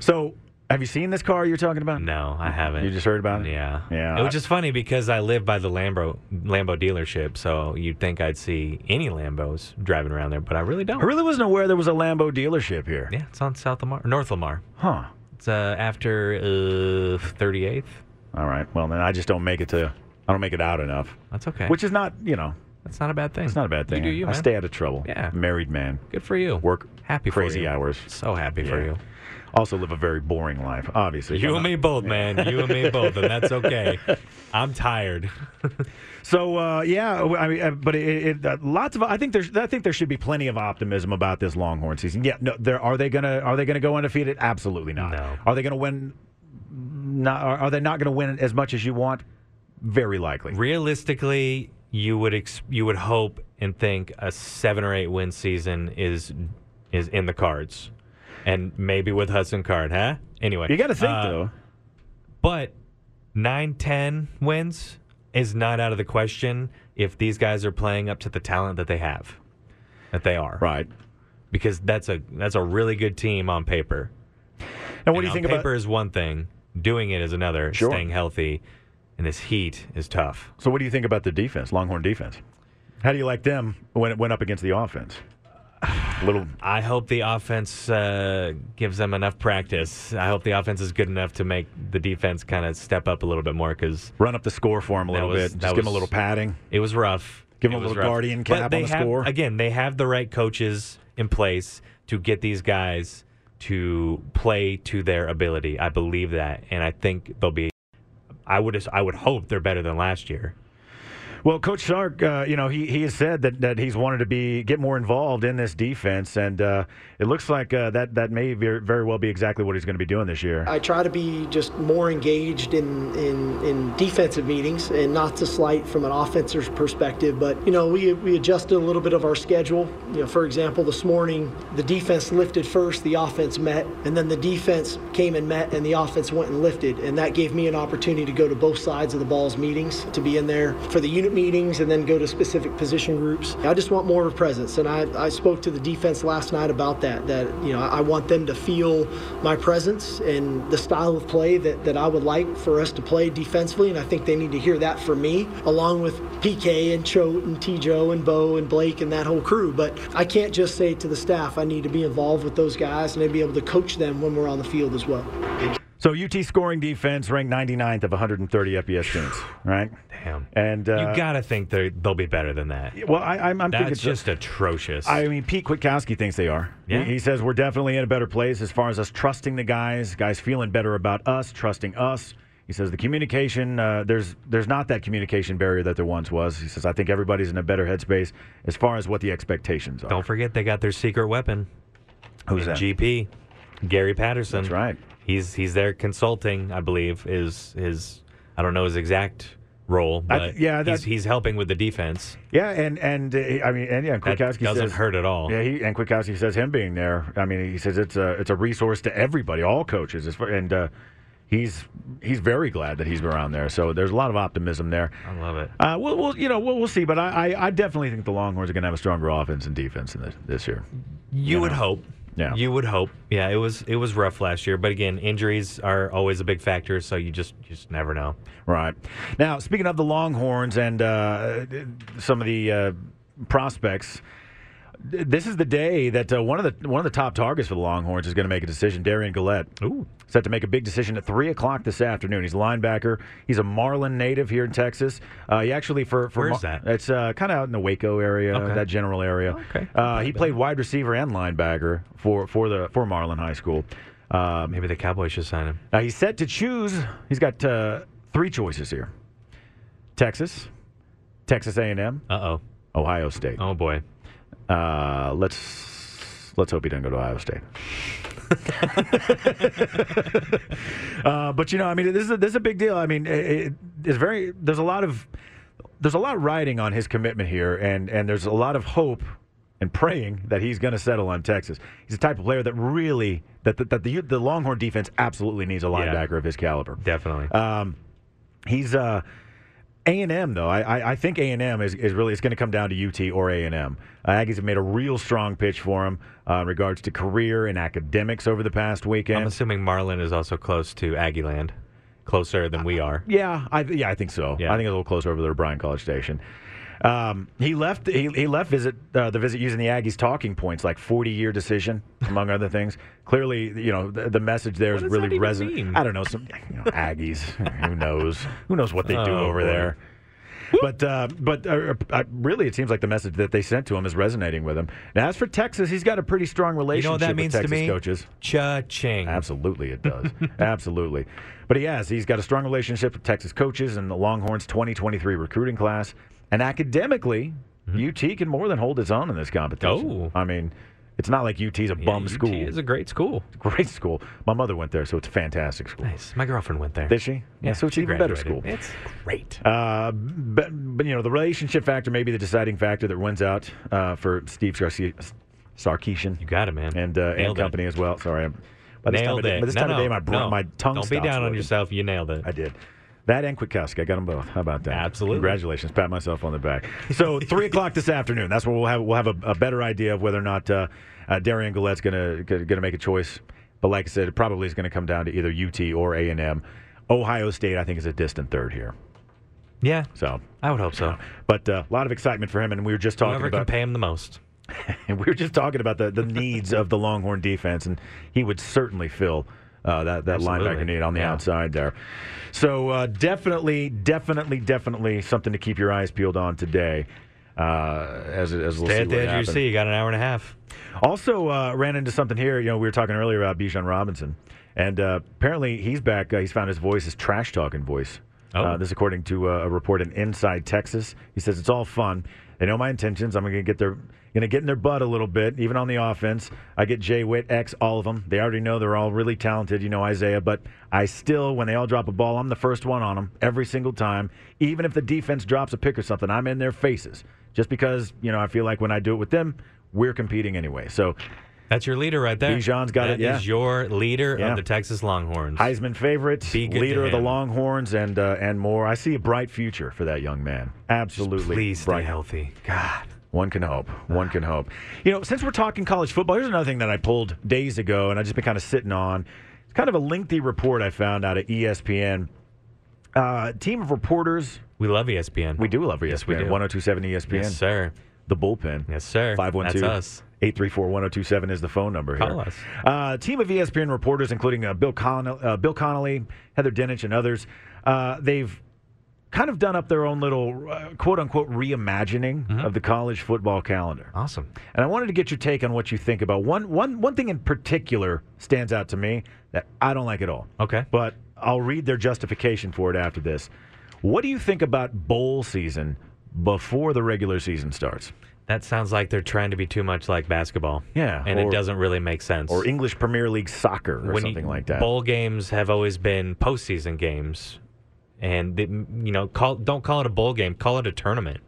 [SPEAKER 2] so, have you seen this car you're talking about?
[SPEAKER 3] No, I haven't.
[SPEAKER 2] You just heard about it?
[SPEAKER 3] Yeah.
[SPEAKER 2] Yeah.
[SPEAKER 3] It was just funny because I live by the Lambo Lambo dealership, so you'd think I'd see any Lambos driving around there, but I really don't.
[SPEAKER 2] I really wasn't aware there was a Lambo dealership here.
[SPEAKER 3] Yeah, it's on South Lamar, North Lamar.
[SPEAKER 2] Huh.
[SPEAKER 3] It's uh, after uh, 38th.
[SPEAKER 2] All right. Well, then I just don't make it to. I don't make it out enough,
[SPEAKER 3] That's okay.
[SPEAKER 2] which is not, you know,
[SPEAKER 3] that's not a bad thing.
[SPEAKER 2] it's not a bad thing.
[SPEAKER 3] You do you,
[SPEAKER 2] I
[SPEAKER 3] man.
[SPEAKER 2] stay out of trouble.
[SPEAKER 3] Yeah.
[SPEAKER 2] Married man.
[SPEAKER 3] Good for you.
[SPEAKER 2] Work
[SPEAKER 3] Happy for
[SPEAKER 2] crazy
[SPEAKER 3] you.
[SPEAKER 2] hours.
[SPEAKER 3] So happy for
[SPEAKER 2] Yeah.
[SPEAKER 3] you.
[SPEAKER 2] Also live a very boring life, obviously.
[SPEAKER 3] You and me both, man. You and me both, and that's okay. I'm tired.
[SPEAKER 2] So uh, yeah, w- I mean, uh, but it, it, uh, lots of I think there's I think there should be plenty of optimism about this Longhorn season. Yeah, no, there are they gonna are they gonna go undefeated? Absolutely not.
[SPEAKER 3] No.
[SPEAKER 2] Are they gonna win? Not are, are they not gonna win as much as you want? Very likely.
[SPEAKER 3] Realistically, you would ex- you would hope and think a seven or eight win season is is in the cards, and maybe with Hudson Card, huh? Anyway,
[SPEAKER 2] You got to think
[SPEAKER 3] uh,
[SPEAKER 2] though.
[SPEAKER 3] But nine, ten wins is not out of the question if these guys are playing up to the talent that they have, that they are.
[SPEAKER 2] Right.
[SPEAKER 3] Because that's a that's a really good team on paper.
[SPEAKER 2] Now, what do
[SPEAKER 3] And
[SPEAKER 2] you
[SPEAKER 3] on
[SPEAKER 2] think
[SPEAKER 3] paper
[SPEAKER 2] about?
[SPEAKER 3] is one thing, doing it is another.
[SPEAKER 2] Sure.
[SPEAKER 3] Staying healthy in this heat is tough.
[SPEAKER 2] So, what do you think about the defense, Longhorn defense? How do you like them when it went up against the offense? Little
[SPEAKER 3] I hope the offense uh, gives them enough practice. I hope the offense is good enough to make the defense kind of step up a little bit more because
[SPEAKER 2] run up the score for him a little
[SPEAKER 3] was-
[SPEAKER 2] bit.
[SPEAKER 3] that
[SPEAKER 2] Just give him a
[SPEAKER 3] was-
[SPEAKER 2] little padding.
[SPEAKER 3] It was rough.
[SPEAKER 2] Give 'em
[SPEAKER 3] It
[SPEAKER 2] a
[SPEAKER 3] was
[SPEAKER 2] little
[SPEAKER 3] rough.
[SPEAKER 2] guardian
[SPEAKER 3] But
[SPEAKER 2] cap
[SPEAKER 3] they
[SPEAKER 2] on the
[SPEAKER 3] have-
[SPEAKER 2] score.
[SPEAKER 3] Again, they have the right coaches in place to get these guys to play to their ability. I believe that, and I think they'll be. I would I would hope they're better than last year.
[SPEAKER 2] Well, Coach Sark, uh, you know, he, he has said that, that he's wanted to be get more involved in this defense, and uh, it looks like uh, that that may ver- very well be exactly what he's going to be doing this year.
[SPEAKER 3] Uh,
[SPEAKER 4] I try to be just more engaged in, in, in defensive meetings and not to slight from an offensive perspective, but you know, we, we adjusted a little bit of our schedule. You know, for example, this morning the defense lifted first, the offense met, and then the defense came and met and the offense went and lifted. And that gave me an opportunity to go to both sides of the ball's meetings, to be in there for the unit meetings and then go to specific position groups. I just want more of a presence. And I, I spoke to the defense last night about that, that, you know, I want them to feel my presence and the style of play that, that I would like for us to play defensively. And I think they need to hear that from me, along with PK and Choate and T-Joe and Bo and Blake and that whole crew. But I can't just say to the staff, I need to be involved with those guys and they be able to coach them when we're on the field as well.
[SPEAKER 2] So UT scoring defense ranked 99th of 130 FBS teams, right?
[SPEAKER 3] Damn.
[SPEAKER 2] And uh,
[SPEAKER 3] you gotta think they they'll be better than that.
[SPEAKER 2] well, I, I'm, I'm thinking
[SPEAKER 3] That's just atrocious.
[SPEAKER 2] I mean, Pete Kwiatkowski thinks they are. He-
[SPEAKER 3] Yeah.
[SPEAKER 2] He, says we're definitely in a better place as far as us trusting the guys, guys feeling better about us, trusting us. He says the communication uh, there's there's not that communication barrier that there once was. He says I think everybody's in a better headspace as far as what the expectations are.
[SPEAKER 3] Don't forget they got their secret weapon.
[SPEAKER 2] Who's that?
[SPEAKER 3] GP, Gary Patterson.
[SPEAKER 2] That's right.
[SPEAKER 3] He's he's there consulting, I believe, is his I don't know his exact role,
[SPEAKER 2] I
[SPEAKER 3] but
[SPEAKER 2] th- yeah,
[SPEAKER 3] he's,
[SPEAKER 2] that-
[SPEAKER 3] he's helping with the defense.
[SPEAKER 2] Yeah, and and uh, I mean, and yeah, and
[SPEAKER 3] That
[SPEAKER 2] Kwiatkowski
[SPEAKER 3] doesn't
[SPEAKER 2] says,
[SPEAKER 3] hurt at all.
[SPEAKER 2] Yeah, he, and Kwiatkowski says him being there. I mean, he says it's a it's a resource to everybody, all coaches, as far- and uh, he's he's very glad that he's around there. So there's a lot of optimism there.
[SPEAKER 3] I love it.
[SPEAKER 2] Uh, we'll, we'll you know we'll, we'll see, but I, I, I definitely think the Longhorns are going to have a stronger offense and defense in this, this year.
[SPEAKER 3] You would hope.
[SPEAKER 2] Yeah.
[SPEAKER 3] You would hope. Yeah, it was it was rough last year, but again, injuries are always a big factor, so you just you just never know.
[SPEAKER 2] Right. Now, speaking of the Longhorns and uh, some of the uh, prospects, th- this is the day that uh, one of the one of the top targets for the Longhorns is going to make a decision. Darian Gillette
[SPEAKER 3] Ooh.
[SPEAKER 2] set to make a big decision at three o'clock this afternoon. He's a linebacker. He's a Marlin native here in Texas. Uh, he actually for, for
[SPEAKER 3] Where's that?
[SPEAKER 2] It's uh, kind of out in the Waco area,
[SPEAKER 3] Okay.
[SPEAKER 2] that general area.
[SPEAKER 3] Okay.
[SPEAKER 2] Uh, he played wide receiver and linebacker for for the for Marlin High School. Um,
[SPEAKER 3] Maybe the Cowboys should sign him.
[SPEAKER 2] now he's set to choose. He's got uh, three choices here: Texas, Texas A&M,
[SPEAKER 3] Uh oh.
[SPEAKER 2] Ohio State.
[SPEAKER 3] Oh boy.
[SPEAKER 2] Uh, let's let's hope he doesn't go to Ohio State. uh, but you know, I mean, this is a, this is a big deal. I mean, it, it- it's very there's a lot of there's a lot riding on his commitment here, and and there's a lot of hope and praying that he's going to settle on Texas. He's the type of player that really that that, that the the Longhorn defense absolutely needs a linebacker of his caliber.
[SPEAKER 3] Definitely.
[SPEAKER 2] Um, he's uh, A and M though. I, I I think A and M is, is really it's going to come down to UT or A and M. Uh, Aggies have made a real strong pitch for him uh, in regards to career and academics over the past
[SPEAKER 3] I'm
[SPEAKER 2] weekend.
[SPEAKER 3] assuming Marlin is also close to Aggieland, closer than we are.
[SPEAKER 2] yeah, I th- yeah I think so.
[SPEAKER 3] Yeah.
[SPEAKER 2] I think it's a little closer over there, to Bryan College Station. Um, he left. He, he left visit uh, the visit using the Aggies talking points like 40 year decision among other things. Clearly, you know the, the message there is
[SPEAKER 3] does
[SPEAKER 2] really
[SPEAKER 3] that even
[SPEAKER 2] resonant.
[SPEAKER 3] mean?
[SPEAKER 2] I don't know some you know, Aggies. who knows? Who knows what they do
[SPEAKER 3] Oh,
[SPEAKER 2] over
[SPEAKER 3] boy.
[SPEAKER 2] there? But uh, but uh, uh, really, it seems like the message that they sent to him is resonating with him. Now, as for Texas, he's got a pretty strong
[SPEAKER 3] You know
[SPEAKER 2] relationship
[SPEAKER 3] what that means
[SPEAKER 2] with
[SPEAKER 3] to
[SPEAKER 2] Texas
[SPEAKER 3] me?
[SPEAKER 2] coaches.
[SPEAKER 3] Cha-ching.
[SPEAKER 2] Absolutely, it does. Absolutely. But he has. He's got a strong relationship with Texas coaches and the Longhorns 2023 recruiting class. And academically, UT can more than hold its own in this competition.
[SPEAKER 3] Mm-hmm. Oh.
[SPEAKER 2] I mean, it's not like UT's a
[SPEAKER 3] Yeah,
[SPEAKER 2] bum
[SPEAKER 3] UT
[SPEAKER 2] school.
[SPEAKER 3] is a great school.
[SPEAKER 2] great school. My mother went there, so it's a fantastic school.
[SPEAKER 3] Nice. My girlfriend went there.
[SPEAKER 2] Did she?
[SPEAKER 3] Yeah,
[SPEAKER 2] so it's
[SPEAKER 3] she
[SPEAKER 2] even better school.
[SPEAKER 3] graduated. It's great.
[SPEAKER 2] Uh, but, but you know the relationship factor may be the deciding factor that wins out uh, for Steve Sarkisian
[SPEAKER 3] You got it, man.
[SPEAKER 2] and uh, and
[SPEAKER 3] Nailed it.
[SPEAKER 2] company as well. Sorry, I'm, by this
[SPEAKER 3] Nailed
[SPEAKER 2] time of day,
[SPEAKER 3] it.
[SPEAKER 2] by this
[SPEAKER 3] No,
[SPEAKER 2] time of day,
[SPEAKER 3] no,
[SPEAKER 2] my bro-
[SPEAKER 3] no.
[SPEAKER 2] my tongue
[SPEAKER 3] Don't be
[SPEAKER 2] stops
[SPEAKER 3] down on
[SPEAKER 2] working.
[SPEAKER 3] yourself. You nailed it.
[SPEAKER 2] I did. That and Kwiatkowski. I got them both. How about that?
[SPEAKER 3] Absolutely.
[SPEAKER 2] Congratulations. Pat myself on the back. So three o'clock this afternoon. That's where we'll have we'll have a, a better idea of whether or not uh, uh, Darian Gillette's gonna gonna make a choice. But like I said, it probably is gonna come down to either UT or A and M. Ohio State, I think, is a distant third here.
[SPEAKER 3] Yeah.
[SPEAKER 2] So
[SPEAKER 3] I would hope so.
[SPEAKER 2] but uh, a lot of excitement for him, and we were just talking
[SPEAKER 3] Whoever can
[SPEAKER 2] about
[SPEAKER 3] pay him the most.
[SPEAKER 2] and we were just talking about the, the needs of the Longhorn defense, and he would certainly fill uh, that that
[SPEAKER 3] Absolutely.
[SPEAKER 2] linebacker need on the
[SPEAKER 3] Yeah.
[SPEAKER 2] outside there. So uh, definitely, definitely, definitely something to keep your eyes peeled on today. Uh, as as we'll
[SPEAKER 3] Stay
[SPEAKER 2] see
[SPEAKER 3] at
[SPEAKER 2] what
[SPEAKER 3] the edge of your
[SPEAKER 2] happens.
[SPEAKER 3] seat. You got an hour and a half.
[SPEAKER 2] Also, uh, ran into something here. You know, we were talking earlier about Bijan Robinson, and uh, apparently he's back. Uh, he's found his voice, his trash talking voice.
[SPEAKER 3] Oh.
[SPEAKER 2] Uh, this, according to uh, a report in Inside Texas, he says it's all fun. They know my intentions. I'm going to get their going to get in their butt a little bit, even on the offense. I get Jay Witt, X, all of them. They already know they're all really talented. You know Isaiah, but I still, when they all drop a ball, I'm the first one on them every single time. Even if the defense drops a pick or something, I'm in their faces. Just because you know, I feel like when I do it with them, we're competing anyway. So
[SPEAKER 3] That's your leader right there.
[SPEAKER 2] Bijan's got it,
[SPEAKER 3] That
[SPEAKER 2] yeah.
[SPEAKER 3] is your leader
[SPEAKER 2] Yeah.
[SPEAKER 3] of the Texas Longhorns.
[SPEAKER 2] Heisman favorite,
[SPEAKER 3] Be good
[SPEAKER 2] leader
[SPEAKER 3] to
[SPEAKER 2] of the
[SPEAKER 3] him.
[SPEAKER 2] Longhorns, and uh, and more. I see a bright future for that young man. Absolutely,
[SPEAKER 3] Please stay
[SPEAKER 2] bright.
[SPEAKER 3] healthy. God.
[SPEAKER 2] One can hope. One can hope. You know, since we're talking college football, here's another thing that I pulled days ago, and I've just been kind of sitting on. It's kind of a lengthy report I found out at E ESPN. Uh, team of reporters,
[SPEAKER 3] We love E ESPN.
[SPEAKER 2] we do love E ESPN.
[SPEAKER 3] Yes, we do.
[SPEAKER 2] 1027 ESPN,
[SPEAKER 3] Yes, sir.
[SPEAKER 2] the bullpen.
[SPEAKER 3] Yes, sir. That's us.
[SPEAKER 2] 512-834-1027 is the phone number here.
[SPEAKER 3] Call us.
[SPEAKER 2] Uh, team of ESPN reporters, including uh, Bill, Con- uh, Bill Connolly, Heather Dinich, and others, uh, they've kind of done up their own little uh, quote-unquote reimagining
[SPEAKER 3] Mm-hmm.
[SPEAKER 2] of the college football calendar.
[SPEAKER 3] Awesome.
[SPEAKER 2] And I wanted to get your take on what you think about one one one thing in particular stands out to me that I don't like at all.
[SPEAKER 3] Okay.
[SPEAKER 2] But I'll read their justification for it after this. What do you think about bowl season before the regular season starts?
[SPEAKER 3] That sounds like they're trying to be too much like basketball.
[SPEAKER 2] Yeah,
[SPEAKER 3] And
[SPEAKER 2] or-
[SPEAKER 3] it doesn't really make sense.
[SPEAKER 2] Or English Premier League soccer or
[SPEAKER 3] When you-
[SPEAKER 2] something like that.
[SPEAKER 3] Bowl games have always been postseason games. and they, you know, call don't call it a bowl game, call it a tournament.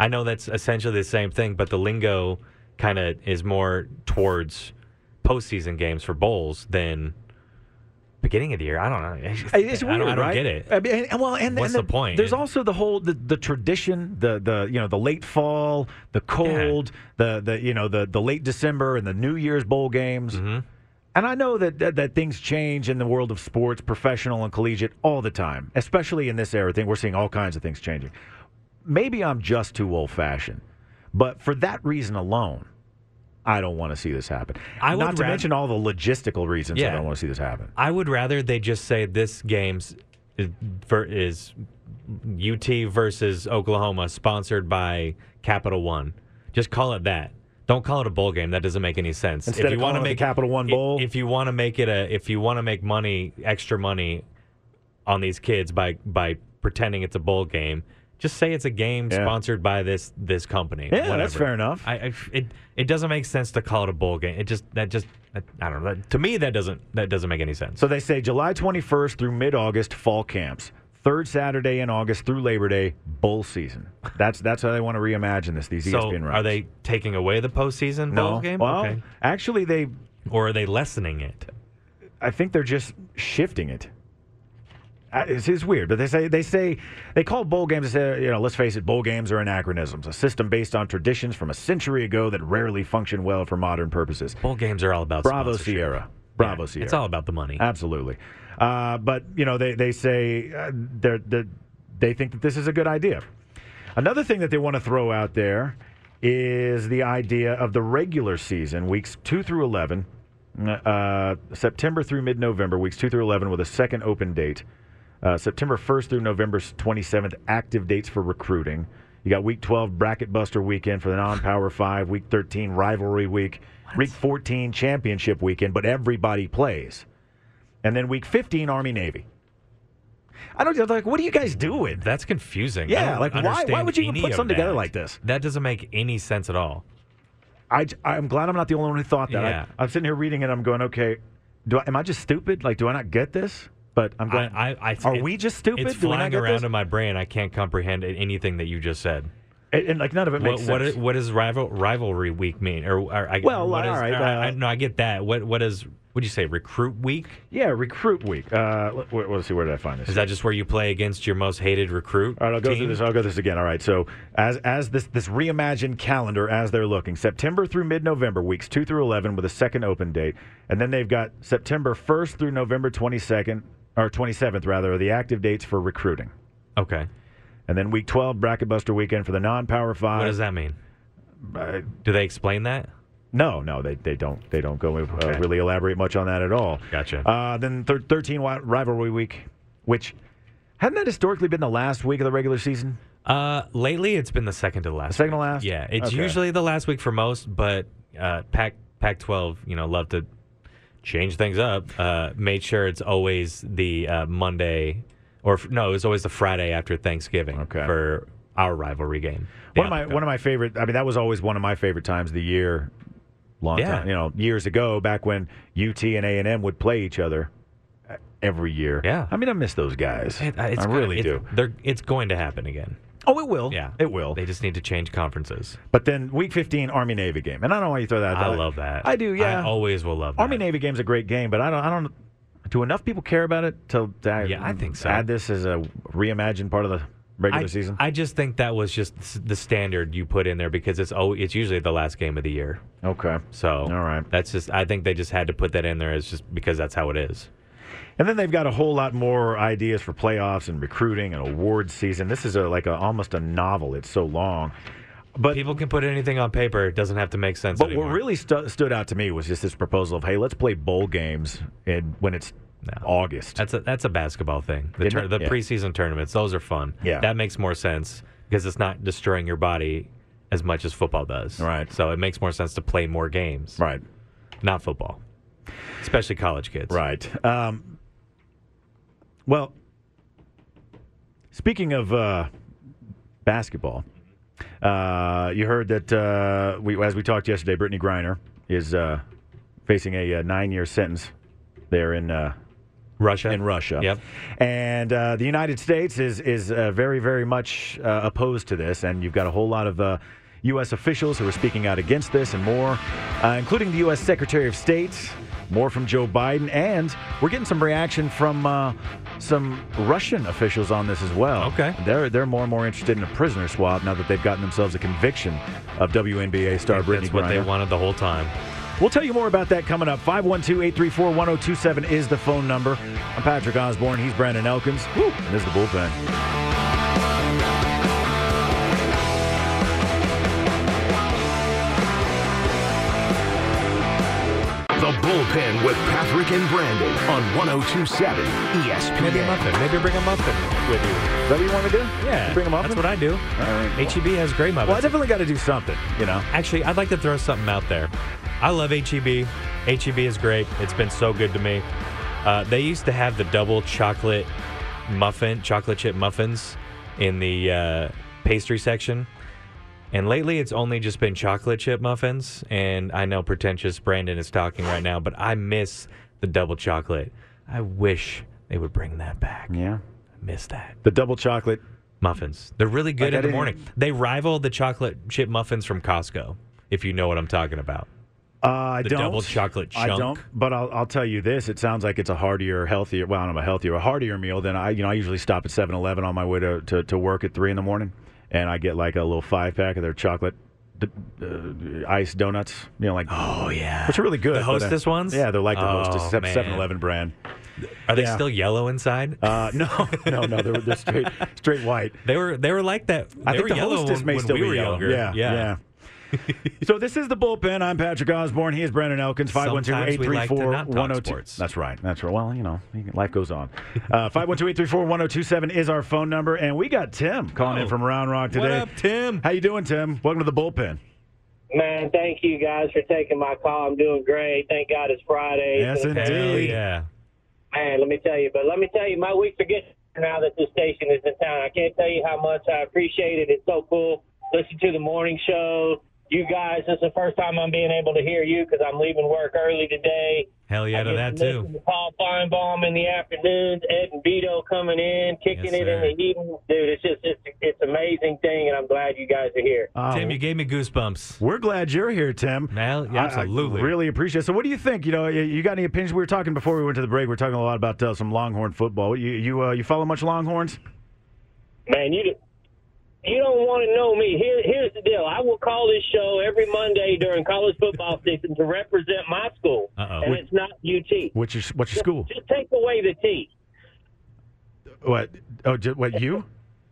[SPEAKER 3] I know that's essentially the same thing, but the lingo kind of is more towards postseason games for bowls than beginning of the year. I don't know. It's,
[SPEAKER 2] It's
[SPEAKER 3] I
[SPEAKER 2] weird,
[SPEAKER 3] don't, I don't
[SPEAKER 2] right?
[SPEAKER 3] get it.
[SPEAKER 2] I mean, and- well, and
[SPEAKER 3] What's
[SPEAKER 2] and
[SPEAKER 3] the point?
[SPEAKER 2] There's also the whole the, the tradition, the the you know the late fall, the cold, the the you know the the late December and the New Year's bowl games.
[SPEAKER 3] Mm-hmm.
[SPEAKER 2] And I know that, that that things change in the world of sports, professional and collegiate, all the time. Especially in this era, thing we're seeing all kinds of things changing. Maybe I'm just too old fashioned, but for that reason alone. I don't want to see this happen.
[SPEAKER 3] I would
[SPEAKER 2] Not to
[SPEAKER 3] rath-
[SPEAKER 2] mention all the logistical reasons I
[SPEAKER 3] Yeah.
[SPEAKER 2] don't want to see this happen.
[SPEAKER 3] I would rather they just say this game's is, ver- is UT versus Oklahoma, sponsored by Capital One. Just call it that. Don't call it a bowl game. That doesn't make any sense.
[SPEAKER 2] Instead of
[SPEAKER 3] wanna
[SPEAKER 2] calling it the Capital One
[SPEAKER 3] i-
[SPEAKER 2] Bowl?
[SPEAKER 3] if you want to make it a, if you want to make money, extra money on these kids by by pretending it's a bowl game, just say it's a game
[SPEAKER 2] Yeah.
[SPEAKER 3] sponsored by this this company.
[SPEAKER 2] Yeah, that's fair enough.
[SPEAKER 3] I, I it it doesn't make sense to call it a bowl game. It just that just I, I don't know. That, to me, that doesn't that doesn't make any sense.
[SPEAKER 2] So they say July 21st through mid August, fall camps. Third Saturday in August through Labor Day, bowl season. That's that's how they want to reimagine this. These E
[SPEAKER 3] So
[SPEAKER 2] ESPN
[SPEAKER 3] are
[SPEAKER 2] writers.
[SPEAKER 3] they taking away the postseason
[SPEAKER 2] no?
[SPEAKER 3] bowl game?
[SPEAKER 2] Well,
[SPEAKER 3] Okay.
[SPEAKER 2] actually, they.
[SPEAKER 3] Or are they lessening it?
[SPEAKER 2] I think they're just shifting it. I- It's, it's weird, but they say they say they call bowl games. They say, you know, let's face it, bowl games are anachronisms, a system based on traditions from a century ago that rarely function well for modern purposes.
[SPEAKER 3] Bowl games are all about
[SPEAKER 2] Bravo
[SPEAKER 3] sponsorship.
[SPEAKER 2] Sierra.
[SPEAKER 3] Yeah,
[SPEAKER 2] Bravo Sierra.
[SPEAKER 3] It's all about the money.
[SPEAKER 2] Absolutely. Uh, but, you know, they, they say uh, they're, they're, they think that this is a good idea. Another thing that they want to throw out there is the idea of the regular season, weeks 2 through 11, uh, September through mid November, weeks 2 through 11, with a second open date. Uh, September 1st through November 27th, active dates for recruiting. You got week 12, bracket buster weekend for the non power five, week 13, rivalry week, week 14, championship weekend, but everybody plays and then week 15 army navy i don't like what are you guys doing
[SPEAKER 3] That's confusing. I
[SPEAKER 2] Yeah,
[SPEAKER 3] don't
[SPEAKER 2] like, why- why
[SPEAKER 3] understand
[SPEAKER 2] would you even
[SPEAKER 3] any
[SPEAKER 2] put
[SPEAKER 3] of
[SPEAKER 2] something together
[SPEAKER 3] that.
[SPEAKER 2] like this?
[SPEAKER 3] That doesn't make any sense at all.
[SPEAKER 2] I, i'm glad i'm not the only one who thought that
[SPEAKER 3] Yeah.
[SPEAKER 2] I, am sitting here reading it i'm going okay do I, am i just stupid like do i not get this but i'm
[SPEAKER 3] I,
[SPEAKER 2] glad
[SPEAKER 3] I, I,
[SPEAKER 2] are
[SPEAKER 3] it-
[SPEAKER 2] we just stupid
[SPEAKER 3] It's
[SPEAKER 2] do we not
[SPEAKER 3] flying
[SPEAKER 2] get
[SPEAKER 3] around
[SPEAKER 2] this?
[SPEAKER 3] in my brain. I can't comprehend it- anything that you just said.
[SPEAKER 2] and, and, like none of it
[SPEAKER 3] What
[SPEAKER 2] makes
[SPEAKER 3] what,
[SPEAKER 2] sense
[SPEAKER 3] is, what is rival rivalry week mean? Or, or I,
[SPEAKER 2] Well,
[SPEAKER 3] what is-
[SPEAKER 2] all right,
[SPEAKER 3] I, I-
[SPEAKER 2] uh,
[SPEAKER 3] no, I get that. What what is? Would you say recruit week?
[SPEAKER 2] yeah recruit week uh let, let- let's see where did i find this
[SPEAKER 3] Is that just where you play against your most hated recruit?
[SPEAKER 2] All right, I'll go through
[SPEAKER 3] team?
[SPEAKER 2] this. I'll go through this again. All right. So as as this this reimagined calendar as they're looking, September through mid November, weeks two through eleven, with a second open date, and then they've got September first through November twenty second or twenty seventh rather are the active dates for recruiting,
[SPEAKER 3] Okay.
[SPEAKER 2] and then week twelve bracket buster weekend for the non power five.
[SPEAKER 3] What does that mean?
[SPEAKER 2] Uh,
[SPEAKER 3] Do they explain that?
[SPEAKER 2] No, no, they, they don't they don't go uh, really elaborate much on that at all.
[SPEAKER 3] Gotcha.
[SPEAKER 2] Uh, then thir- thirteen wi- rivalry week, which hadn't that historically been the last week of the regular season?
[SPEAKER 3] Uh, lately, it's been the second to last.
[SPEAKER 2] Second to
[SPEAKER 3] week.
[SPEAKER 2] last?
[SPEAKER 3] Yeah, it's
[SPEAKER 2] Okay.
[SPEAKER 3] usually the last week for most, but uh, Pac Pac twelve, you know, love to change things up. Uh, made sure it's always the uh, Monday, or f- no, it was always the Friday after Thanksgiving
[SPEAKER 2] Okay.
[SPEAKER 3] for our rivalry game.
[SPEAKER 2] one of my one of my favorite. I mean, that was always one of my favorite times of the year. Long
[SPEAKER 3] Yeah.
[SPEAKER 2] time, you know, years ago, back when UT and A and M would play each other uh, every year.
[SPEAKER 3] Yeah.
[SPEAKER 2] I mean, I miss those guys.
[SPEAKER 3] It- uh, it's
[SPEAKER 2] I
[SPEAKER 3] gonna-
[SPEAKER 2] really
[SPEAKER 3] it's-
[SPEAKER 2] do.
[SPEAKER 3] They're, it's going to happen again.
[SPEAKER 2] Oh, it will.
[SPEAKER 3] Yeah,
[SPEAKER 2] it will.
[SPEAKER 3] They just need to change conferences.
[SPEAKER 2] But then Week 15 Army Navy game, and I don't know why you throw that. out
[SPEAKER 3] I
[SPEAKER 2] there.
[SPEAKER 3] love that.
[SPEAKER 2] I do. Yeah.
[SPEAKER 3] I always will love
[SPEAKER 2] Army
[SPEAKER 3] that.
[SPEAKER 2] Navy game's a great game, but I don't. I don't. Do enough people care about it to, to
[SPEAKER 3] Yeah, I think so.
[SPEAKER 2] add this as a reimagined part of the regular
[SPEAKER 3] I,
[SPEAKER 2] season?
[SPEAKER 3] I just think that was just s- the standard you put in there because it's oh, it's usually the last game of the year.
[SPEAKER 2] okay.
[SPEAKER 3] So
[SPEAKER 2] All right.
[SPEAKER 3] that's just I think they just had to put that in there as just because that's how it is.
[SPEAKER 2] And then they've got a whole lot more ideas for playoffs and recruiting and award season. This is a, like a, almost a novel. It's so long. But
[SPEAKER 3] People can put anything on paper; it doesn't have to make sense.
[SPEAKER 2] but what
[SPEAKER 3] anymore.
[SPEAKER 2] really stu- stood out to me was just this proposal of hey, let's play bowl games in, when it's August.
[SPEAKER 3] that's a that's a basketball thing. The,
[SPEAKER 2] Isn't
[SPEAKER 3] tur-
[SPEAKER 2] it?
[SPEAKER 3] the
[SPEAKER 2] Yeah.
[SPEAKER 3] preseason tournaments; those are fun.
[SPEAKER 2] Yeah.
[SPEAKER 3] that makes more sense because it's not destroying your body as much as football does.
[SPEAKER 2] Right.
[SPEAKER 3] So it makes more sense to play more games,
[SPEAKER 2] right.
[SPEAKER 3] not football, especially college kids.
[SPEAKER 2] Right. Um, well, speaking of uh, basketball, uh, you heard that uh, we, as we talked yesterday, Brittany Griner is uh, facing a, uh nine-year sentence there in uh,
[SPEAKER 3] Russia.
[SPEAKER 2] in Russia.
[SPEAKER 3] Yep.
[SPEAKER 2] And uh, the United States is is uh, very very much uh, opposed to this, and you've got a whole lot of. Uh, U.S. officials who are speaking out against this and more, uh, including the U.S. Secretary of State. More from Joe Biden, and we're getting some reaction from uh, some Russian officials on this as well.
[SPEAKER 3] Okay.
[SPEAKER 2] they're they're more and more interested in a prisoner swap now that they've gotten themselves a conviction of WNBA star Brittany
[SPEAKER 3] That's what they
[SPEAKER 2] Griner.
[SPEAKER 3] wanted the whole time.
[SPEAKER 2] We'll tell you more about that coming up. 512-834-1027 is the phone number. I'm Patrick Osborne. He's Brandon Elkins. Woo, and this is the bullpen.
[SPEAKER 1] The bullpen with Patrick and Brandon on 1027
[SPEAKER 3] Maybe a
[SPEAKER 1] ESPN.
[SPEAKER 3] muffin. Maybe bring a muffin with you.
[SPEAKER 2] Is that what you want to do?
[SPEAKER 3] Yeah.
[SPEAKER 2] Bring them up?
[SPEAKER 3] That's what I do.
[SPEAKER 2] right.
[SPEAKER 3] HEB has great muffins.
[SPEAKER 2] Well, I definitely got to do something, you know.
[SPEAKER 3] Actually, I'd like to throw something out there. I love E HEB. HEB is great. It's been so good to me. Uh, they used to have the double chocolate muffin, chocolate chip muffins in the uh, pastry section. And lately, it's only just been chocolate chip muffins. And I know pretentious Brandon is talking right now, but I miss the double chocolate. I wish they would bring that back.
[SPEAKER 2] Yeah.
[SPEAKER 3] I miss that
[SPEAKER 2] The double chocolate.
[SPEAKER 3] muffins. They're really
[SPEAKER 2] Like,
[SPEAKER 3] good
[SPEAKER 2] I
[SPEAKER 3] in the
[SPEAKER 2] didn't-
[SPEAKER 3] morning. They rival the chocolate chip muffins from Costco, if you know what I'm talking about.
[SPEAKER 2] Uh, I
[SPEAKER 3] The
[SPEAKER 2] don't.
[SPEAKER 3] double chocolate
[SPEAKER 2] I
[SPEAKER 3] chunk.
[SPEAKER 2] don't, but I'll, I'll tell you this. It sounds like it's a heartier, healthier, well, I don't know, about healthier, a heartier meal than I, you know, I usually stop at 7-Eleven on my way to, to, to work at 3 in the morning, and I get like a little five-pack of their chocolate d- uh, iced donuts, you know, like
[SPEAKER 3] Oh yeah.
[SPEAKER 2] Which are really good.
[SPEAKER 3] The
[SPEAKER 2] but, uh,
[SPEAKER 3] Hostess ones?
[SPEAKER 2] Yeah, they're like the
[SPEAKER 3] Oh,
[SPEAKER 2] Hostess, except
[SPEAKER 3] man.
[SPEAKER 2] 7 Eleven brand.
[SPEAKER 3] Are they
[SPEAKER 2] yeah.
[SPEAKER 3] still yellow inside?
[SPEAKER 2] Uh, no, no, no. They're, they're straight, straight white.
[SPEAKER 3] they were they were like that.
[SPEAKER 2] I
[SPEAKER 3] they
[SPEAKER 2] think
[SPEAKER 3] were
[SPEAKER 2] the
[SPEAKER 3] yellow
[SPEAKER 2] Hostess
[SPEAKER 3] when,
[SPEAKER 2] may
[SPEAKER 3] when
[SPEAKER 2] still
[SPEAKER 3] we
[SPEAKER 2] be
[SPEAKER 3] were
[SPEAKER 2] yellow.
[SPEAKER 3] younger.
[SPEAKER 2] Yeah, yeah. so this is the bullpen. I'm Patrick Osborne. He is Brandon Elkins.
[SPEAKER 3] Sometimes we like to not talk
[SPEAKER 2] 512-834-1027.
[SPEAKER 3] sports.
[SPEAKER 2] That's right. That's right. Well, you know, life goes on. Uh, 512-834-1027 is our phone number, and we got Tim calling in
[SPEAKER 3] Oh.
[SPEAKER 2] from Round Rock
[SPEAKER 3] What
[SPEAKER 2] today.
[SPEAKER 3] up, Tim?
[SPEAKER 2] How you doing, Tim? Welcome to the bullpen.
[SPEAKER 6] Man, thank you guys for taking my call. I'm doing great. Thank God it's Friday.
[SPEAKER 2] Yes,
[SPEAKER 6] It's-
[SPEAKER 3] Hell
[SPEAKER 2] indeed.
[SPEAKER 3] yeah.
[SPEAKER 6] Man, let me tell you. But let me tell you, my weeks are getting now that this station is in town. I can't tell you how much I appreciate it. It's so cool. Listen to the morning show. You guys, this is the first time I'm being able to hear you because I'm leaving work early today.
[SPEAKER 3] Hell yeah
[SPEAKER 6] I
[SPEAKER 3] to that
[SPEAKER 6] just listened
[SPEAKER 3] too.
[SPEAKER 6] to Paul Feinbaum in the afternoons, Ed and Vito coming in, kicking
[SPEAKER 3] Yes,
[SPEAKER 6] it
[SPEAKER 3] sir.
[SPEAKER 6] in the evening. Dude, it's just it's, it's an amazing thing, and I'm glad you guys are here.
[SPEAKER 2] Uh,
[SPEAKER 3] Tim, you gave me goosebumps.
[SPEAKER 2] We're glad you're here, Tim.
[SPEAKER 3] Mal- yeah,
[SPEAKER 2] I- I
[SPEAKER 3] absolutely.
[SPEAKER 2] really appreciate it. So, what do you think? You know, you- you got any opinions? We were talking before we went to the break. We are talking a lot about uh, some Longhorn football. You you uh, you follow much Longhorns?
[SPEAKER 6] Man, you you don't want to know me. Here, here's the deal. I will call this show every Monday during college football season to represent my school,
[SPEAKER 3] Uh-oh.
[SPEAKER 6] and it's not UT.
[SPEAKER 2] What's your what's your school?
[SPEAKER 6] Just take away the T.
[SPEAKER 2] What? Oh, ju- what you?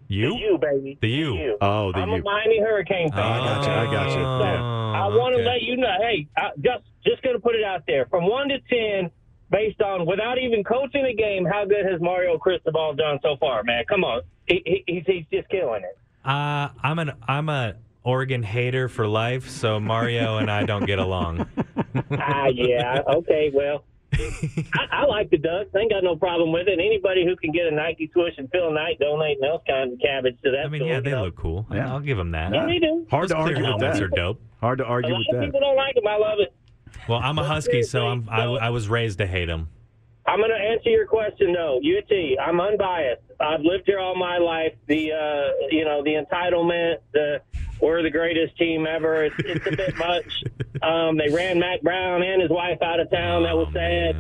[SPEAKER 3] You?
[SPEAKER 6] You baby.
[SPEAKER 3] The U.
[SPEAKER 2] Oh, the
[SPEAKER 6] I'm
[SPEAKER 2] U.
[SPEAKER 6] a Miami Hurricane fan.
[SPEAKER 2] Oh, I got you. I Oh, got you. Yeah.
[SPEAKER 6] I want to let you know. Hey, I, just just gonna put it out there. From one to ten, based on without even coaching the game, how good has Mario Cristobal done so far? Man, come on. He, he, he's he's just killing it.
[SPEAKER 3] Uh, I'm an I'm a Oregon hater for life, so Mario and I don't get along.
[SPEAKER 6] ah, yeah. Okay, well, I, I like the Ducks. I ain't got no problem with it. Anybody who can get a Nike swoosh and Phil Knight donating those kind of cabbage to that
[SPEAKER 3] I mean,
[SPEAKER 6] store,
[SPEAKER 3] yeah,
[SPEAKER 6] you
[SPEAKER 3] they
[SPEAKER 6] know.
[SPEAKER 3] look cool.
[SPEAKER 2] Yeah.
[SPEAKER 3] I'll give them that.
[SPEAKER 6] Yeah, they do.
[SPEAKER 2] Hard to
[SPEAKER 3] Those
[SPEAKER 2] argue
[SPEAKER 3] clear
[SPEAKER 2] with
[SPEAKER 3] helmets are
[SPEAKER 2] that.
[SPEAKER 3] dope.
[SPEAKER 2] Hard to
[SPEAKER 6] A
[SPEAKER 2] argue
[SPEAKER 6] lot
[SPEAKER 2] with
[SPEAKER 6] of people
[SPEAKER 2] that.
[SPEAKER 6] don't like them. I love it.
[SPEAKER 3] Well, I'm a Husky, so I'm I, I was raised to hate them.
[SPEAKER 6] I'm going to answer your question though. UT, I'm unbiased. I've lived here all my life. The uh, you know the entitlement, the we're the greatest team ever. It's, it's a bit much. Um, they ran Mac Brown and his wife out of town. that
[SPEAKER 3] Oh,
[SPEAKER 6] was sad.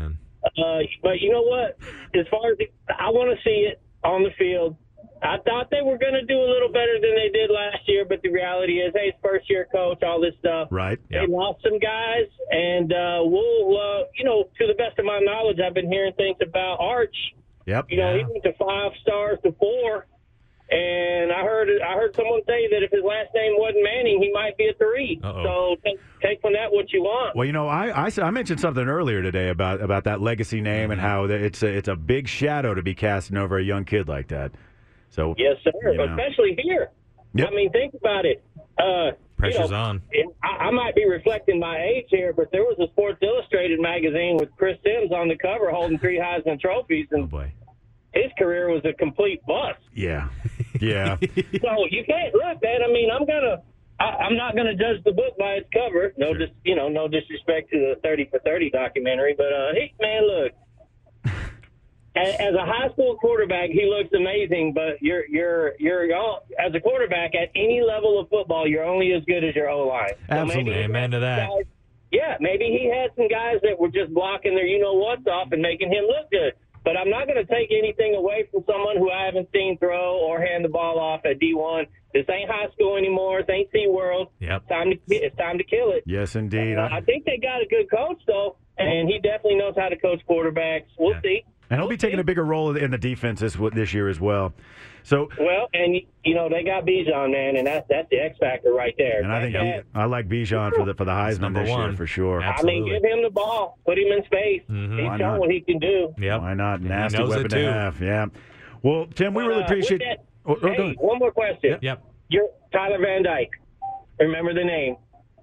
[SPEAKER 6] Uh, but you know what? As far as the, I want to see it on the field, I thought they were going to do a little better than they did last year. But the reality is, hey, it's first year coach, all this stuff.
[SPEAKER 2] Right.
[SPEAKER 6] They lost some guys, and uh, we'll, uh, you know, to the best of my knowledge, I've been hearing things about Arch.
[SPEAKER 2] Yep.
[SPEAKER 6] You know,
[SPEAKER 3] Yeah.
[SPEAKER 6] he went to five stars to four, and I heard I heard someone say that if his last name wasn't Manning, he might be a 3
[SPEAKER 3] Uh-oh.
[SPEAKER 6] So take, take from that what you want.
[SPEAKER 2] Well, you know, I, I said- I mentioned something earlier today about about that legacy name
[SPEAKER 3] Mm-hmm.
[SPEAKER 2] and how that it's a, it's a big shadow to be casting over a young kid like that. So
[SPEAKER 6] Yes, sir.
[SPEAKER 2] You know.
[SPEAKER 6] Especially here.
[SPEAKER 2] Yep.
[SPEAKER 6] I mean, think about it. Uh,
[SPEAKER 3] Pressure's
[SPEAKER 6] you know,
[SPEAKER 3] on.
[SPEAKER 6] and I, I might be reflecting my age here, but there was a Sports Illustrated magazine with Chris Sims on the cover holding three Heisman trophies,
[SPEAKER 3] Oh
[SPEAKER 6] and
[SPEAKER 3] boy.
[SPEAKER 6] his career was a complete bust.
[SPEAKER 2] yeah, yeah.
[SPEAKER 6] So you can't look, man. I mean, I'm gonna, I, I'm not gonna judge the book by its cover. No,
[SPEAKER 3] Sure.
[SPEAKER 6] dis, you know, no disrespect to the 30 for 30 documentary, but uh, hey, man, look, a- as a high school quarterback, he looks amazing, but you're you're you're all, as a quarterback at any level of football, you're only as good as your O line.
[SPEAKER 2] Absolutely.
[SPEAKER 3] Amen to that.
[SPEAKER 6] yeah, maybe he had some guys that were just blocking their you know what's off and making him look good. But I'm not going to take anything away from someone who I haven't seen throw or hand the ball off at D1. This ain't high school anymore. This ain't Sea World.
[SPEAKER 3] Yep.
[SPEAKER 6] Time to it's time to kill it.
[SPEAKER 2] Yes, indeed.
[SPEAKER 6] Uh, I think they got a good coach though, and he definitely knows how to coach quarterbacks. We'll
[SPEAKER 3] Yeah.
[SPEAKER 6] see.
[SPEAKER 2] And he'll be taking a bigger role in the defense this this year as well. So,
[SPEAKER 6] Well, and you know they got Bijan, man, and that's that's the X factor right there.
[SPEAKER 2] and I think
[SPEAKER 6] That-
[SPEAKER 2] I like Bijan for the for the Heisman
[SPEAKER 3] number
[SPEAKER 2] this
[SPEAKER 3] one.
[SPEAKER 2] year for sure.
[SPEAKER 3] Absolutely.
[SPEAKER 6] I mean, give him the ball, put him in space. He's
[SPEAKER 2] Mm-hmm. Why
[SPEAKER 6] showing
[SPEAKER 2] not?
[SPEAKER 6] what he can do.
[SPEAKER 3] Yep.
[SPEAKER 2] Why not?
[SPEAKER 3] He
[SPEAKER 2] Nasty
[SPEAKER 3] knows it
[SPEAKER 2] weapon to
[SPEAKER 3] too.
[SPEAKER 2] have. Yeah. Well, Tim, we
[SPEAKER 6] But,
[SPEAKER 2] really
[SPEAKER 6] uh, with
[SPEAKER 2] appreciate.
[SPEAKER 6] that-
[SPEAKER 2] Oh, oh, go
[SPEAKER 6] hey,
[SPEAKER 2] ahead.
[SPEAKER 6] one more question.
[SPEAKER 3] Yep.
[SPEAKER 6] You're Tyler Van Dyke. Remember the name.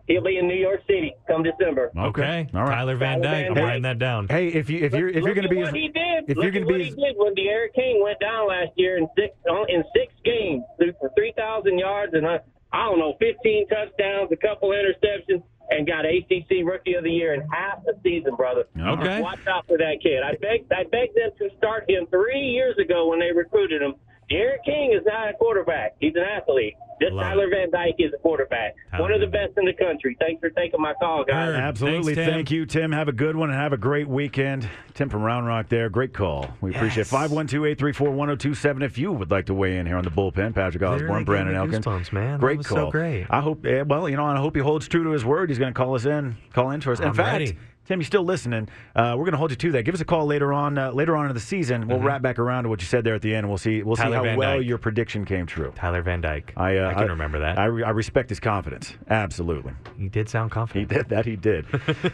[SPEAKER 6] He'll be in New York City come December.
[SPEAKER 3] Okay.
[SPEAKER 2] All right.
[SPEAKER 3] Tyler Van
[SPEAKER 6] Tyler
[SPEAKER 3] Dyke.
[SPEAKER 6] Van
[SPEAKER 3] I'm
[SPEAKER 6] Dyke.
[SPEAKER 3] writing that down.
[SPEAKER 2] Hey, if you if you're if
[SPEAKER 6] Look
[SPEAKER 2] you're going to
[SPEAKER 6] at
[SPEAKER 2] be
[SPEAKER 6] what
[SPEAKER 2] as-
[SPEAKER 6] he did.
[SPEAKER 2] if
[SPEAKER 6] Look
[SPEAKER 2] you're going
[SPEAKER 6] at
[SPEAKER 2] to
[SPEAKER 6] what
[SPEAKER 2] be
[SPEAKER 6] he
[SPEAKER 2] as-
[SPEAKER 6] did when De'Aaron King went down last year in six on- in six games threw for three thousand yards and uh, I don't know fifteen touchdowns, a couple interceptions, and got ACC Rookie of the Year in half the season, brother.
[SPEAKER 3] Okay.
[SPEAKER 6] Watch out for that kid. I begged I begged them to start him three years ago when they recruited him. De'Aaron King is not a quarterback. He's an athlete. This
[SPEAKER 3] Love
[SPEAKER 6] Tyler Van Dyke is a quarterback.
[SPEAKER 3] Tyler
[SPEAKER 6] One of the
[SPEAKER 3] Van Dyke.
[SPEAKER 6] best in the country. Thanks for taking my call, guys.
[SPEAKER 3] Heard.
[SPEAKER 2] Absolutely.
[SPEAKER 3] Thanks, Tim.
[SPEAKER 2] Thank you, Tim. Have a good one and have a great weekend. Tim from Round Rock there. Great call. We appreciate it. 512 834 1027 if you would like to weigh in here on the bullpen. Patrick
[SPEAKER 3] Literally
[SPEAKER 2] Osborne,
[SPEAKER 3] gave
[SPEAKER 2] Brandon
[SPEAKER 3] me
[SPEAKER 2] Elkins.
[SPEAKER 3] goosebumps, man. That
[SPEAKER 2] Great
[SPEAKER 3] was so
[SPEAKER 2] call.
[SPEAKER 3] great.
[SPEAKER 2] I hope, eh, well, you know, I hope he holds true to his word. He's going to call us in, call in to us. In
[SPEAKER 3] I'm
[SPEAKER 2] fact,
[SPEAKER 3] ready.
[SPEAKER 2] Tim, you're still listening. Uh, we're going to hold you to that. Give us a call later on, uh, later on in the season. We'll wrap back around to what you said there at the end. We'll see. We'll see
[SPEAKER 3] Mm-hmm. Tyler
[SPEAKER 2] how
[SPEAKER 3] Van
[SPEAKER 2] well
[SPEAKER 3] Dyke.
[SPEAKER 2] your prediction came true.
[SPEAKER 3] Tyler Van Dyke.
[SPEAKER 2] I, uh,
[SPEAKER 3] I can remember that.
[SPEAKER 2] I, re- I respect his confidence. Absolutely.
[SPEAKER 3] he did sound
[SPEAKER 2] He
[SPEAKER 3] confident.
[SPEAKER 2] did that. He did.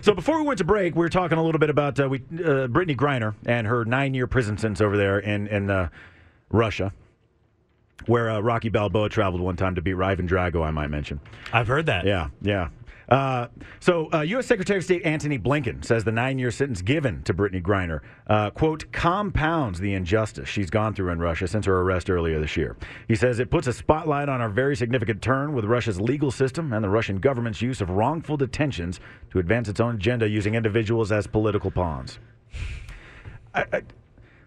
[SPEAKER 2] so before we went to break, we were talking a little bit about uh, we uh, Brittany Griner and her nine-year prison sentence over there in in uh, Russia, where uh, Rocky Balboa traveled one time to beat Ivan Drago. I might mention.
[SPEAKER 3] I've heard that.
[SPEAKER 2] Yeah, yeah. Uh, so, uh, U.S. Secretary of State Antony Blinken says the nine-year sentence given to Brittany Griner, uh, quote, compounds the injustice she's gone through in Russia since her arrest earlier this year. He says it puts a spotlight on our very significant turn with Russia's legal system and the Russian government's use of wrongful detentions to advance its own agenda using individuals as political pawns. I, I,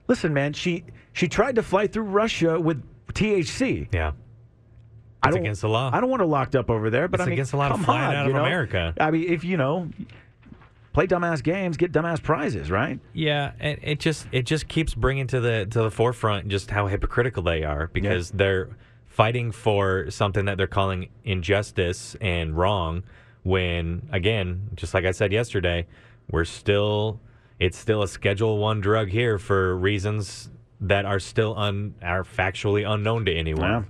[SPEAKER 2] listen, man, she she tried to fly through Russia with THC.
[SPEAKER 3] Yeah.
[SPEAKER 2] I
[SPEAKER 3] It's
[SPEAKER 2] don't-
[SPEAKER 3] against the law.
[SPEAKER 2] I don't want her locked up over there, but
[SPEAKER 3] It's
[SPEAKER 2] I mean,
[SPEAKER 3] against the law to
[SPEAKER 2] come
[SPEAKER 3] fly it
[SPEAKER 2] on,
[SPEAKER 3] out
[SPEAKER 2] you
[SPEAKER 3] of
[SPEAKER 2] know?
[SPEAKER 3] America.
[SPEAKER 2] I mean, if you know, play dumbass games, get dumbass prizes, right?
[SPEAKER 3] Yeah, and it just it just keeps bringing to the to the forefront just how hypocritical they are because they're fighting for something that they're calling injustice and wrong when again, just like I said yesterday, we're still it's still a schedule 1 drug here for reasons that are still un, are factually unknown to anyone.
[SPEAKER 2] Yeah.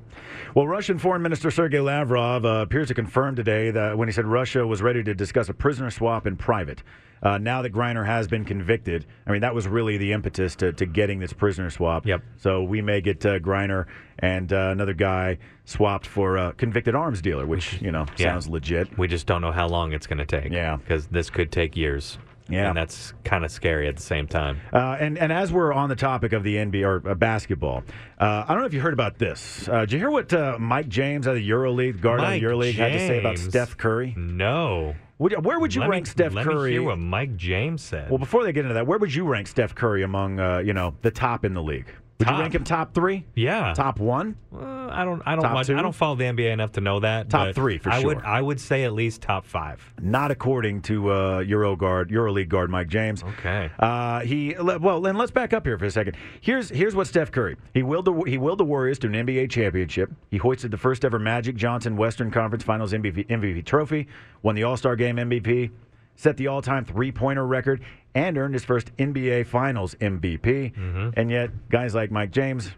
[SPEAKER 2] Well, Russian Foreign Minister Sergei Lavrov uh, appears to confirm today that when he said Russia was ready to discuss a prisoner swap in private. Uh, now that Greiner has been convicted, I mean that was really the impetus to, to getting this prisoner swap.
[SPEAKER 3] Yep.
[SPEAKER 2] So we may get uh, Greiner and uh, another guy swapped for a convicted arms dealer, which you know
[SPEAKER 3] Yeah.
[SPEAKER 2] sounds legit.
[SPEAKER 3] We just don't know how long it's going to take.
[SPEAKER 2] Yeah.
[SPEAKER 3] Because this could take years.
[SPEAKER 2] Yeah.
[SPEAKER 3] And that's kind of scary at the same time.
[SPEAKER 2] Uh, and, and as we're on the topic of the NBA or uh, basketball, uh, I don't know if you heard about this. Uh, did you hear what uh, Mike James out of the EuroLeague, guard out of
[SPEAKER 3] Mike
[SPEAKER 2] the EuroLeague, had to say about
[SPEAKER 3] James.
[SPEAKER 2] Steph Curry?
[SPEAKER 3] No.
[SPEAKER 2] Would, where would you
[SPEAKER 3] Let me-
[SPEAKER 2] rank Steph
[SPEAKER 3] let
[SPEAKER 2] Curry?
[SPEAKER 3] Me hear what Mike James said.
[SPEAKER 2] well, before they get into that, where would you rank Steph Curry among uh, you know the top in the league? Would
[SPEAKER 3] Top.
[SPEAKER 2] you rank him top three?
[SPEAKER 3] yeah,
[SPEAKER 2] Top one?
[SPEAKER 3] Uh, I don't. I don't
[SPEAKER 2] Top
[SPEAKER 3] watch.
[SPEAKER 2] two?
[SPEAKER 3] I don't follow the NBA enough to know that.
[SPEAKER 2] Top
[SPEAKER 3] but
[SPEAKER 2] three, for
[SPEAKER 3] I Would,
[SPEAKER 2] sure.
[SPEAKER 3] I would say at least top five.
[SPEAKER 2] Not according to uh, EuroGuard, EuroLeague guard Mike James.
[SPEAKER 3] Okay.
[SPEAKER 2] Uh, he le- well, then let's back up here for a second. Here's here's what Steph Curry he willed the he willed the Warriors to an NBA championship. He hoisted the first ever Magic Johnson Western Conference Finals MVP, MVP trophy, won the All Star Game MVP, set the all time three pointer record, and earned his first NBA Finals MVP. And yet, guys like Mike James,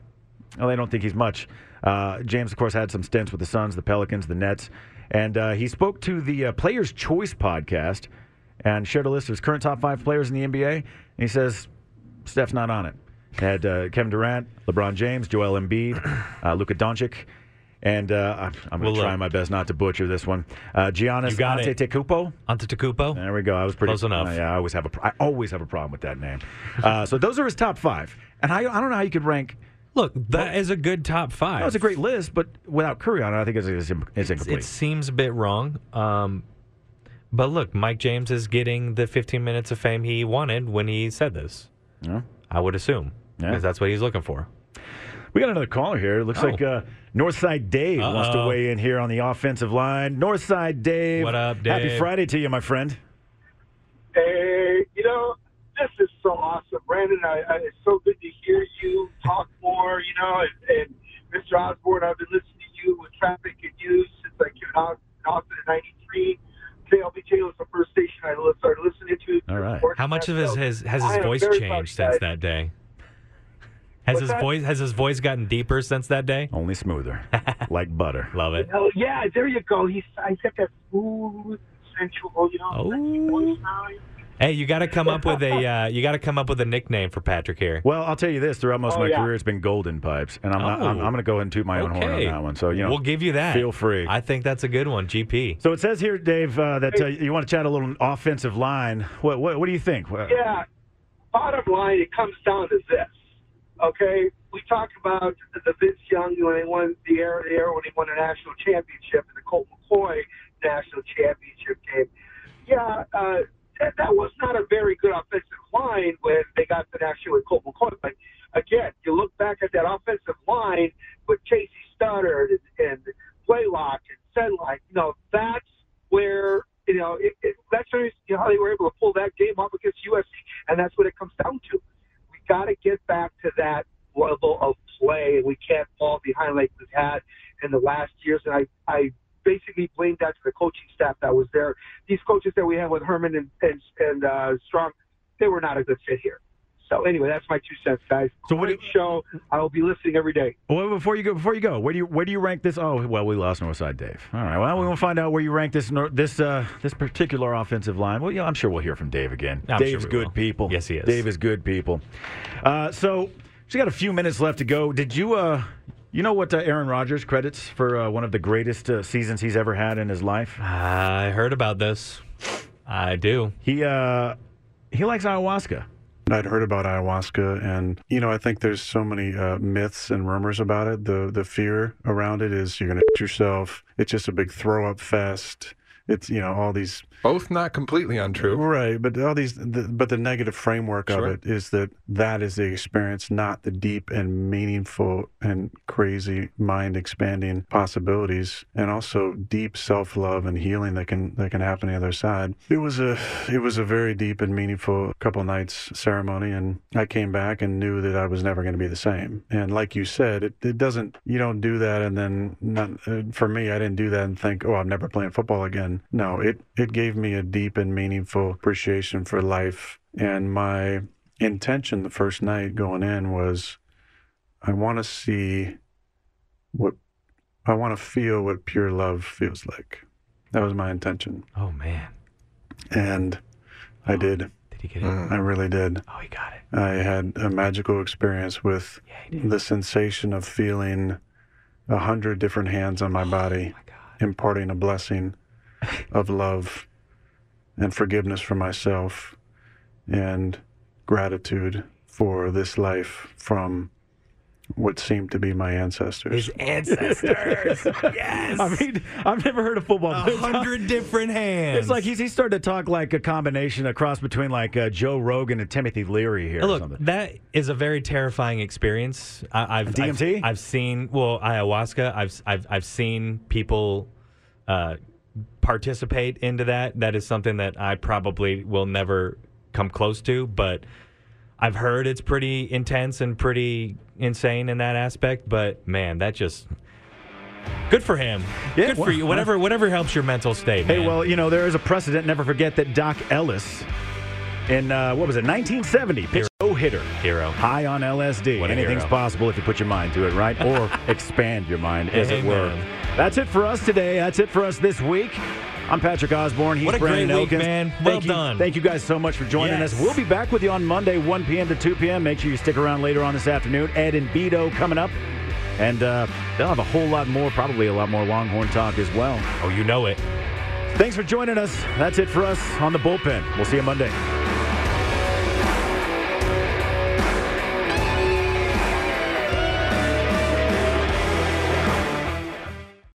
[SPEAKER 2] well, they don't think he's much. Uh, James, of course, had some stints with the Suns, the Pelicans, the Nets, and uh, he spoke to the uh, Players Choice podcast and shared a list of his current top five players in the NBA. And he says Steph's not on it. They had uh, Kevin Durant, LeBron James, Joel Embiid, uh, Luka Doncic, and uh, I'm, I'm going
[SPEAKER 3] Well,
[SPEAKER 2] to
[SPEAKER 3] look.
[SPEAKER 2] try my best not to butcher this one. Uh, Giannis
[SPEAKER 3] You got it.
[SPEAKER 2] Antetokounmpo.
[SPEAKER 3] Antetokounmpo.
[SPEAKER 2] There we go. I was pretty
[SPEAKER 3] Close enough.
[SPEAKER 2] Uh, yeah, I always have a pro- I always have a problem with that name. Uh, so those are his top five, and I, I don't know how you could rank.
[SPEAKER 3] Look, that is a good top five.
[SPEAKER 2] That was a great list, but without Curry on it, I think it's, it's, im- it's incomplete.
[SPEAKER 3] It seems a bit wrong. Um, but look, Mike James is getting the 15 minutes of fame he wanted when he said this.
[SPEAKER 2] Yeah.
[SPEAKER 3] I would assume. because that's what he's looking for.
[SPEAKER 2] We got another caller here. It looks
[SPEAKER 3] Oh.
[SPEAKER 2] like uh, Northside Dave wants to
[SPEAKER 3] Uh-oh.
[SPEAKER 2] weigh in here on the offensive line. Northside Dave.
[SPEAKER 3] What up,
[SPEAKER 2] Happy
[SPEAKER 3] Dave?
[SPEAKER 2] Friday to you, my friend.
[SPEAKER 7] Hey, you know, this is so awesome, Brandon. I, I, it's so good to hear you talk more. You know, and, and Mr. Osborne, I've been listening to you with traffic and news since I came out in Austin in '93. KLBJ was the first station I li- started listening to.
[SPEAKER 2] All right.
[SPEAKER 3] How much of his, his has
[SPEAKER 7] I
[SPEAKER 3] his
[SPEAKER 7] am
[SPEAKER 3] voice
[SPEAKER 7] very
[SPEAKER 3] changed
[SPEAKER 7] sorry,
[SPEAKER 3] since
[SPEAKER 7] guys.
[SPEAKER 3] that day? Has
[SPEAKER 7] What's
[SPEAKER 3] his
[SPEAKER 7] that?
[SPEAKER 3] voice has his voice gotten deeper since that day?
[SPEAKER 2] Only smoother, like butter.
[SPEAKER 3] Love it.
[SPEAKER 7] Oh, yeah, there you go. He's I got that smooth, sensual, you know, sexy
[SPEAKER 3] Oh.
[SPEAKER 7] voice now.
[SPEAKER 3] Hey, you got to come up with a uh, you got to come up with a nickname for Patrick here.
[SPEAKER 2] Well, I'll tell you this: throughout most of
[SPEAKER 7] Oh,
[SPEAKER 2] my
[SPEAKER 7] yeah.
[SPEAKER 2] career, it's been golden pipes, and I'm not, I'm,
[SPEAKER 3] Oh.
[SPEAKER 2] I'm going to go ahead and toot my own horn on that one. So you know,
[SPEAKER 3] we'll give you that.
[SPEAKER 2] Feel free.
[SPEAKER 3] I think that's a good one. GP.
[SPEAKER 2] so it says here, Dave, uh, that uh, you want to chat a little offensive line. What what, what do you think? What-
[SPEAKER 7] Yeah. Bottom line, it comes down to this. Okay, we talk about the, the Vince Young when he won the air the air when he won a national championship and the Colt McCoy national championship game. Yeah, uh, that, that was not a very good offensive line when they got the national with Colt McCoy. But again, you look back at that offensive line with Casey Stoddard and, and Blaylock and Senlight. You know, that's where you know it, it, that's where, you know, how they were able to pull that game up against USC, and that's what it comes down to. We got to get back to that level of play. We can't fall behind like we've had in the last years, and I I basically blame that to the coaching staff that was there. These coaches that we had with Herman and and, and uh, Strong, they were not a good fit here. So anyway, that's my two cents, guys.
[SPEAKER 2] So what do
[SPEAKER 7] Great show. I will be listening every day.
[SPEAKER 2] Well, before you go, before you go, where do you where do you rank this? Oh, well, we lost Northside Dave. All right. Well, we will find out where you rank this nor- this uh, this particular offensive line. Well, yeah, I'm sure we'll hear from Dave again.
[SPEAKER 3] I'm sure
[SPEAKER 2] Dave's
[SPEAKER 3] we
[SPEAKER 2] good
[SPEAKER 3] will.
[SPEAKER 2] people.
[SPEAKER 3] Yes, he is.
[SPEAKER 2] Dave is good people. Uh, so she got a few minutes left to go. Did you uh, you know what uh, Aaron Rodgers credits for uh, one of the greatest uh, seasons he's ever had in his life?
[SPEAKER 3] I heard about this. I do.
[SPEAKER 2] He uh, he likes ayahuasca.
[SPEAKER 8] I'd heard about ayahuasca, and you know, I think there's so many uh, myths and rumors about it. The the fear around it is you're gonna yourself. It's just a big throw up fest. It's you know all these
[SPEAKER 9] Both not completely untrue.
[SPEAKER 8] right, but all these the, but the negative framework
[SPEAKER 9] Sure.
[SPEAKER 8] of it is that that is the experience, not the deep and meaningful and crazy mind expanding possibilities, and also deep self love and healing that can that can happen on the other side. It was a it was a very deep and meaningful couple nights ceremony, and I came back and knew that I was never going to be the same. And like you said, it, it doesn't you don't do that and then not uh, for me I didn't do that and think oh I'm never playing football again. No, it it gave me a deep and meaningful appreciation for life and my intention the first night going in was I want to see what I want to feel what pure love feels like. That was my intention.
[SPEAKER 3] Oh man,
[SPEAKER 8] And I did.
[SPEAKER 3] did he get it?
[SPEAKER 2] Mm.
[SPEAKER 8] I really did.
[SPEAKER 3] Oh, he got it.
[SPEAKER 8] I had a magical experience with
[SPEAKER 3] Yeah, he did.
[SPEAKER 8] the sensation of feeling a hundred different hands on
[SPEAKER 3] Oh
[SPEAKER 8] my body, imparting a blessing of love and forgiveness for myself and gratitude for this life from what seemed to be my ancestors.
[SPEAKER 3] His ancestors. yes.
[SPEAKER 2] I mean, I've never heard a football
[SPEAKER 3] a
[SPEAKER 2] player talk-
[SPEAKER 3] hundred different hands.
[SPEAKER 2] It's like he's, he's starting to talk like a combination, a cross between like uh, Joe Rogan and Timothy Leary here. or
[SPEAKER 3] Look,
[SPEAKER 2] something.
[SPEAKER 3] that is a very terrifying experience. I, I've
[SPEAKER 2] DMT?
[SPEAKER 3] I've, I've seen well ayahuasca. I've I've I've seen people uh, participate into that. That is something that I probably will never come close to. But I've heard it's pretty intense and pretty insane in that aspect. But man, that just good for him.
[SPEAKER 2] Yeah,
[SPEAKER 3] good for
[SPEAKER 2] well,
[SPEAKER 3] you. Whatever whatever helps your mental state.
[SPEAKER 2] Hey,
[SPEAKER 3] man.
[SPEAKER 2] well, you know, there is a precedent. Never forget that Doc Ellis in, uh, what was it, 1970, pitched no hitter.
[SPEAKER 3] hero.
[SPEAKER 2] High on LSD.
[SPEAKER 3] What a
[SPEAKER 2] Anything's
[SPEAKER 3] hero.
[SPEAKER 2] possible if you put your mind to it, right? Or expand your mind, as it were.
[SPEAKER 3] Amen.
[SPEAKER 2] That's it for us today. That's it for us this week. I'm Patrick Osborne. He's
[SPEAKER 3] What a great
[SPEAKER 2] Brandon
[SPEAKER 3] week,
[SPEAKER 2] Elkins.
[SPEAKER 3] man.
[SPEAKER 2] Thank
[SPEAKER 3] Well
[SPEAKER 2] you-
[SPEAKER 3] done.
[SPEAKER 2] Thank you guys so much for joining
[SPEAKER 3] Yes.
[SPEAKER 2] us. We'll be back with you on Monday, 1 p.m. to 2 p.m. Make sure you stick around later on this afternoon. Ed and Beto coming up. And uh, they'll have a whole lot more, probably a lot more Longhorn talk as well.
[SPEAKER 3] oh, you know it.
[SPEAKER 2] Thanks for joining us. That's it for us on the bullpen. We'll see you Monday.